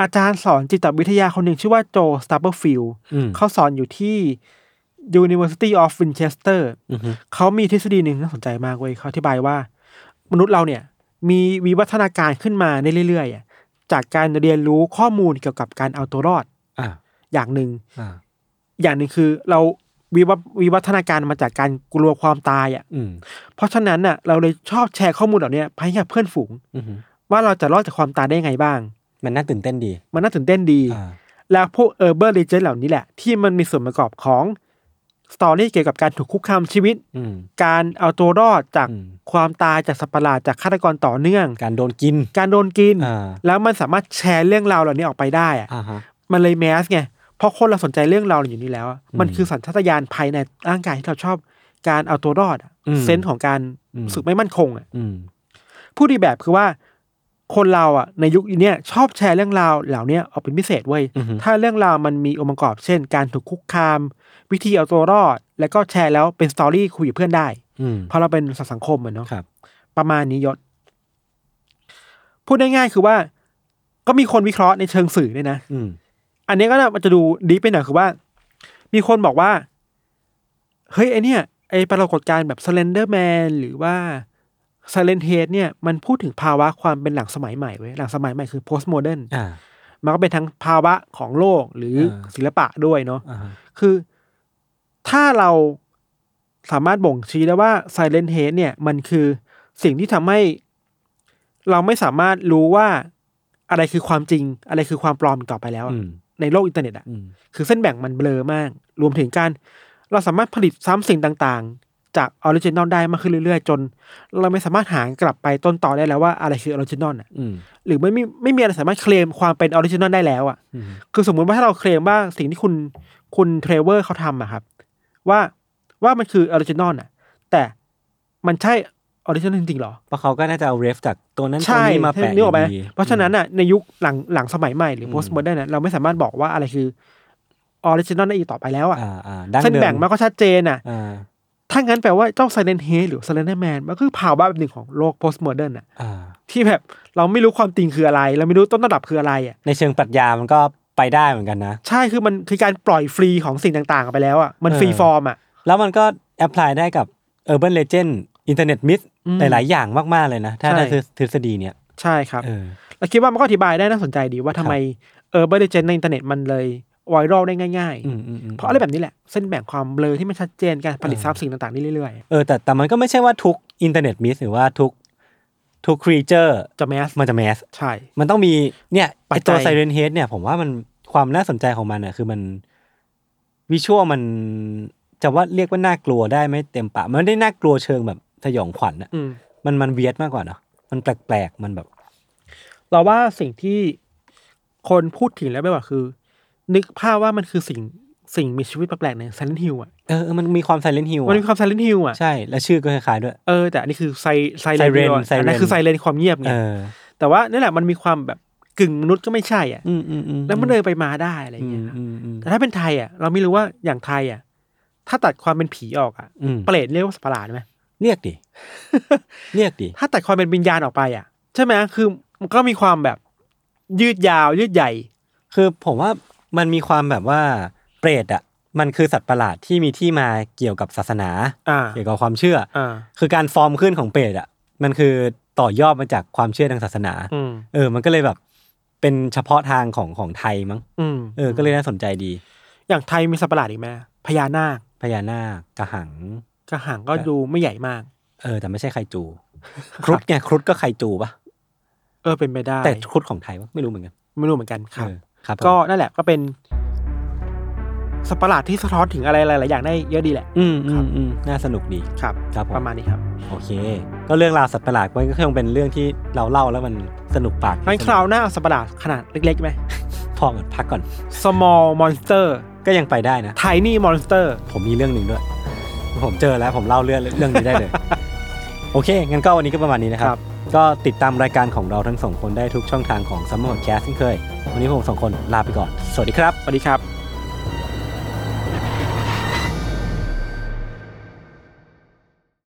อาจารย์สอนจิตวิทยาคนหนึ่งชื่อว่าโจสตาร์เบอร์ฟิล
อืม
เขาสอนอยู่ที่ University of Winchester
อือฮึ
เขามีทฤษฎีหนึ่งน่าสนใจมากเว้ยเขาอธิบายว่า มนุษย์เราเนี่ย มีวิวัฒนาการขึ้นมาได้เรื่อยๆอ่ะจากการเรียนรู้ข้อมูลเกี่ยวกับการเอาตัวรอด
อ่า
อย่างหนึ่ง
อ่า
อย่างหนึ่งคือเราวิวัฒวิวัฒนาการมาจากการกลัวความตายอ่ะ
อืม
เพราะฉะนั้นน่ะเราเลยชอบแชร์ข้อมูลเหล่านี้ไปให้กับเพื่อนฝูง
อือฮึ
ว่าเราจะรอดจากความตายได้ยังไงบ้าง
มันน่าตื่นเต้นดี
มันน่าตื่นเต้นดี
อ่า
แล้วพวกเออร์เบอร์เลเจนเหล่านี้แหละ ที่มันมีส่วนประกอบของสตอรี่เกี่ยวกับการถูกคุกคามชีวิต
อืม
การเอาตัวรอดจาก
อืม
ความตายจากสัตว์ประหลาดจากฆาตกรต่อเนื่อง
การโดนกิน
การโดนกิน
อ่า
แล้วมันสามารถแชร์เรื่องราวเหล่านี้ออกไปได้อะ
อ่าฮะ
มันเลยแมสไงเพราะคนเราสนใจเรื่องราวเหล่านี้แล้วอะ
อืม
มันคือสัญชาตญาณภายในร่างกายที่เราชอบการเอาตัวรอดอะ
อืม
เซนส์ของการ
อืม
รู้สึกไม่มั่นคงอะ
อืม
ผู้ดีแบบคือว่า คนเราอ่ะในยุคนี้เนี่ยชอบแชร์เรื่องราวเหล่าเนี้ยออกเป็นพิเศษเว้ย
อือฮึ
ถ้าเรื่องราวมันมีองค์ประกอบเช่น การถูกคุกคาม วิธีเอาตัวรอด แล้วก็แชร์แล้วเป็นสตอรี่คุยกับเพื่อนได้
อืม
เพราะเราเป็นสัตว์สังคมเหมือนเนาะ
ครับ
ประมาณนี้ยศ พูดง่ายๆคือว่า ก็มีคนวิเคราะห์ในเชิงสื่อด้วยนะ
อืม
อันนี้ก็น่ามันจะดูดีไปหน่อยคือว่า มีคนบอกว่า เฮ้ยไอเนี่ยไอปรากฏการณ์แบบสเลนเดอร์แมนหรือว่าสเลนเฮดเนี่ย มันพูดถึงภาวะความเป็นหลังสมัยใหม่เว้ยหลังสมัยใหม่คือ post modern
อ่า
มันก็เป็นทั้งภาวะของโลกหรือ
เออ
ศิลปะด้วยเนาะ
อ่าฮะ
คือถ้าเราสามารถบ่งชี้ได้ว่า Silent h a t e เนี่ย มันคือสิ่งที่ทำให้เราไม่สามารถรู้ว่าอะไรคือความจริง อะไรคือความปลอมอีกต่อไปแล้วอะ
อืม
ในโลกอินเทอร์เน็ตอ่ะ
อืม
คือเส้นแบ่งมันเบลอมาก รวมถึงการ เราสามารถผลิตซ้ำสิ่งต่างๆ จากออริจินอลได้มากขึ้นเรื่อยๆ จน เราไม่สามารถหากลับไปต้นต่อได้แล้วว่าอะไรคือออริจินอลอ่ะ
อืม
หรือไม่มีไม่มีอะไรสามารถเคลมความเป็นออริจินอลได้แล้วอ่ะ
อืม
คือสมมุติว่าถ้าเราเคลมว่าสิ่งที่คุณคุณเทรเวอร์เขาทำอะครับ ว่าว่ามันคือออริจินอลอะแต่มันใช่ออริจินอลจริงๆหรอ
เพราะเขาก็น่าจะเอาเรฟจากตัวนั้นตัว
ใช่
นี้มาแปะ
นึกออกไหม
ยู่ดี
เพราะฉะนั้นอะในยุคหลังหลังสมัยใหม่หรือ
อืม
post modern นะเราไม่สามารถบอกว่าอะไรคือออริจินอลได้อีกต่อไปแล้วอะ
อ่าอ่าดั้ง
เส้น
เดิม
แบ่งมันก็ชัดเจนอะ
อ่า
ถ้างั้นแปลว่าเจ้าไซเลนเฮหรือไซเลนแมนมันคือภาวะแบบหนึ่งของโลก post modern อะ
อ่า
ที่แบบเราไม่รู้ความจริงคืออะไร เราไม่รู้ต้นตำรับคืออะไรอะ
ในเชิงปรัชญามันก็ไปได้เหมือนกันนะ
ใช่คือมันคือการปล่อยฟรีของสิ่งต่างๆออกไปแล้วอะมัน
เออ
ฟรีฟอร์มอะ
แล้วมันก็แอพพลายได้กับ Urban Legend อินเทอร์เน็ตมิส
อืม
หลาย ๆ อย่างมาก ๆ เลยนะ ถ้า
ใช่
ได้ทฤษฎีเนี่ย
ใช่ครับ
เออ
เราคิดว่ามันก็อธิบายได้น่าสนใจดีว่าทำไมเออเบอร์เจนในอินเทอร์เน็ตมันเลยไวรัลได้ง่าย
อืมอืมอืม
ๆ เพราะอะไรแบบนี้แหละ เส้นแบ่งความเบลอที่มันชัดเจนการผลิต
เออ
ซ้ำสิ่งต่างๆนี่เรื่อย
เออแต่แต่มันก็ไม่ใช่ว่าทุกอินเทอร์เน็ตมิสหรือว่าทุกทุกครีเจอร์
ๆ จะแมส
มันจะแมส
ใช่
มันต้องมีเนี่ย
ปั
ไอ
จจัย
ตัวไซเรนเฮดเนี่ย ผมว่ามันความน่าสนใจของมันเนี่ยคือมันวิชวลมันจะว่าเรียกว่าน่ากลัวได้ไหมเต็มปากมันไม่ได้น่ากลัวเชิงแบบสยองขวัญอะ
อืม
มันมันเวียดมากกว่าเนาะมันแปลกๆมันแบบ
เราว่าสิ่งที่คนพูดถึงแล้วไม่ว่าคือ นึกภาพว่ามันคือสิ่งสิ่งมีชีวิตแปลกๆในซันนิฮิลอ่ะ
เออเออมันมีความไซเรนฮิล
มันมีความซันนิฮิลอ่ะ
ใช่ แล้วชื่อก็คล้ายๆด้วย
เออแต่อันนี้คือไซไซเร
Siren
นอันนั้นคือไซ
Siren
เรนความเงียบไง
เออ
แต่ว่านี่นแหละมันมีความแบบกึ่งมนุษย์ก็ไม่ใช่อ่ะ
อืมอืมอืม
แล้วมันเดินไปมาได้อะไรอ
อื
ย่างเงี้
ม
ยครับ
อืมอืม
แต่ถ้าเป็นไทยอ่ะเราไม่รู้ว่าอย่างไทยอ่ะ ถ้าตัดความเป็นผีออกอ่ะ
อืม
เปรตเรียกว่าสัตว์ประหลาดไหม
เรี ยกดิ เรียกดิ
ถ้าตัดความเป็นวิญญาณออกไปอ่ะ ใช่ไหมคือมันก็มีความแบบยืดยาวยืดใหญ่
คือผมว่ามันมีความแบบว่าเปรตอ่ะ มันคือสัตว์ประหลาดที่มีที่มาเกี่ยวกับศาสนา
อ่า
เกี่ยวกับความเชื่อ
อ่า
คือการฟอร์มขึ้นของเปรตอ่ะ มันคือต่อยอดมาจากความเชื่อทางศาสนา
อืม
เออ มันก็เลยแบบเป็นเฉพาะทางของของไทยมั้ง
อืม
เออ ก็เลยน่าสนใจดี
อย่างไทยมีสัตว์ประหลาดอีกไหมพญานาค
พญานาคกระหัง
กระหังก็ดูไม่ใหญ่มาก
เออ แต่ไม่ใช่ไคจู ครุฑไงครุฑก็ไคจูปะ
เออเป็นไปได้
แต่ครุฑของไทยวะไม่รู้เหมือนกัน
ไม่รู้เหมือนกันครับ
เออครับผม
ก็นั่นแหละก็เป็นสัตว์ประหลาดที่สะท้อนถึงอะไรหลายๆอย่างได้เยอะดีแหละ
อืมอืมอืมน่าสนุกดี
ครับ
ครับผม
ประมาณนี้ครับ
โอเค ก็เรื่องราวสัตว์ประหลาดมันก็คงเป็นเรื่องที่เราเล่าแล้วมันสนุกปาก
งั้นคราวหน้าเอาสัตว์ประหลาดขนาดเล็กๆไหม
พอก่อนพักก่อน
small monster
ก็ยังไปได้นะ
tiny monster
ผมมีเรื่องหนึ่งด้วย ผมเจอแล้วผมเล่าเรื่องเรื่องนี้ได้ เลย โอเค งั้นก็วันนี้ก็ประมาณนี้นะครับ ก็ติดตามรายการของเราทั้งสองคนได้ทุกช่องทางของ Summer Podcast เช่นเคย วันนี้ผมสองคนลาไปก่อน สวัสดีครับ
สวัสดีครับ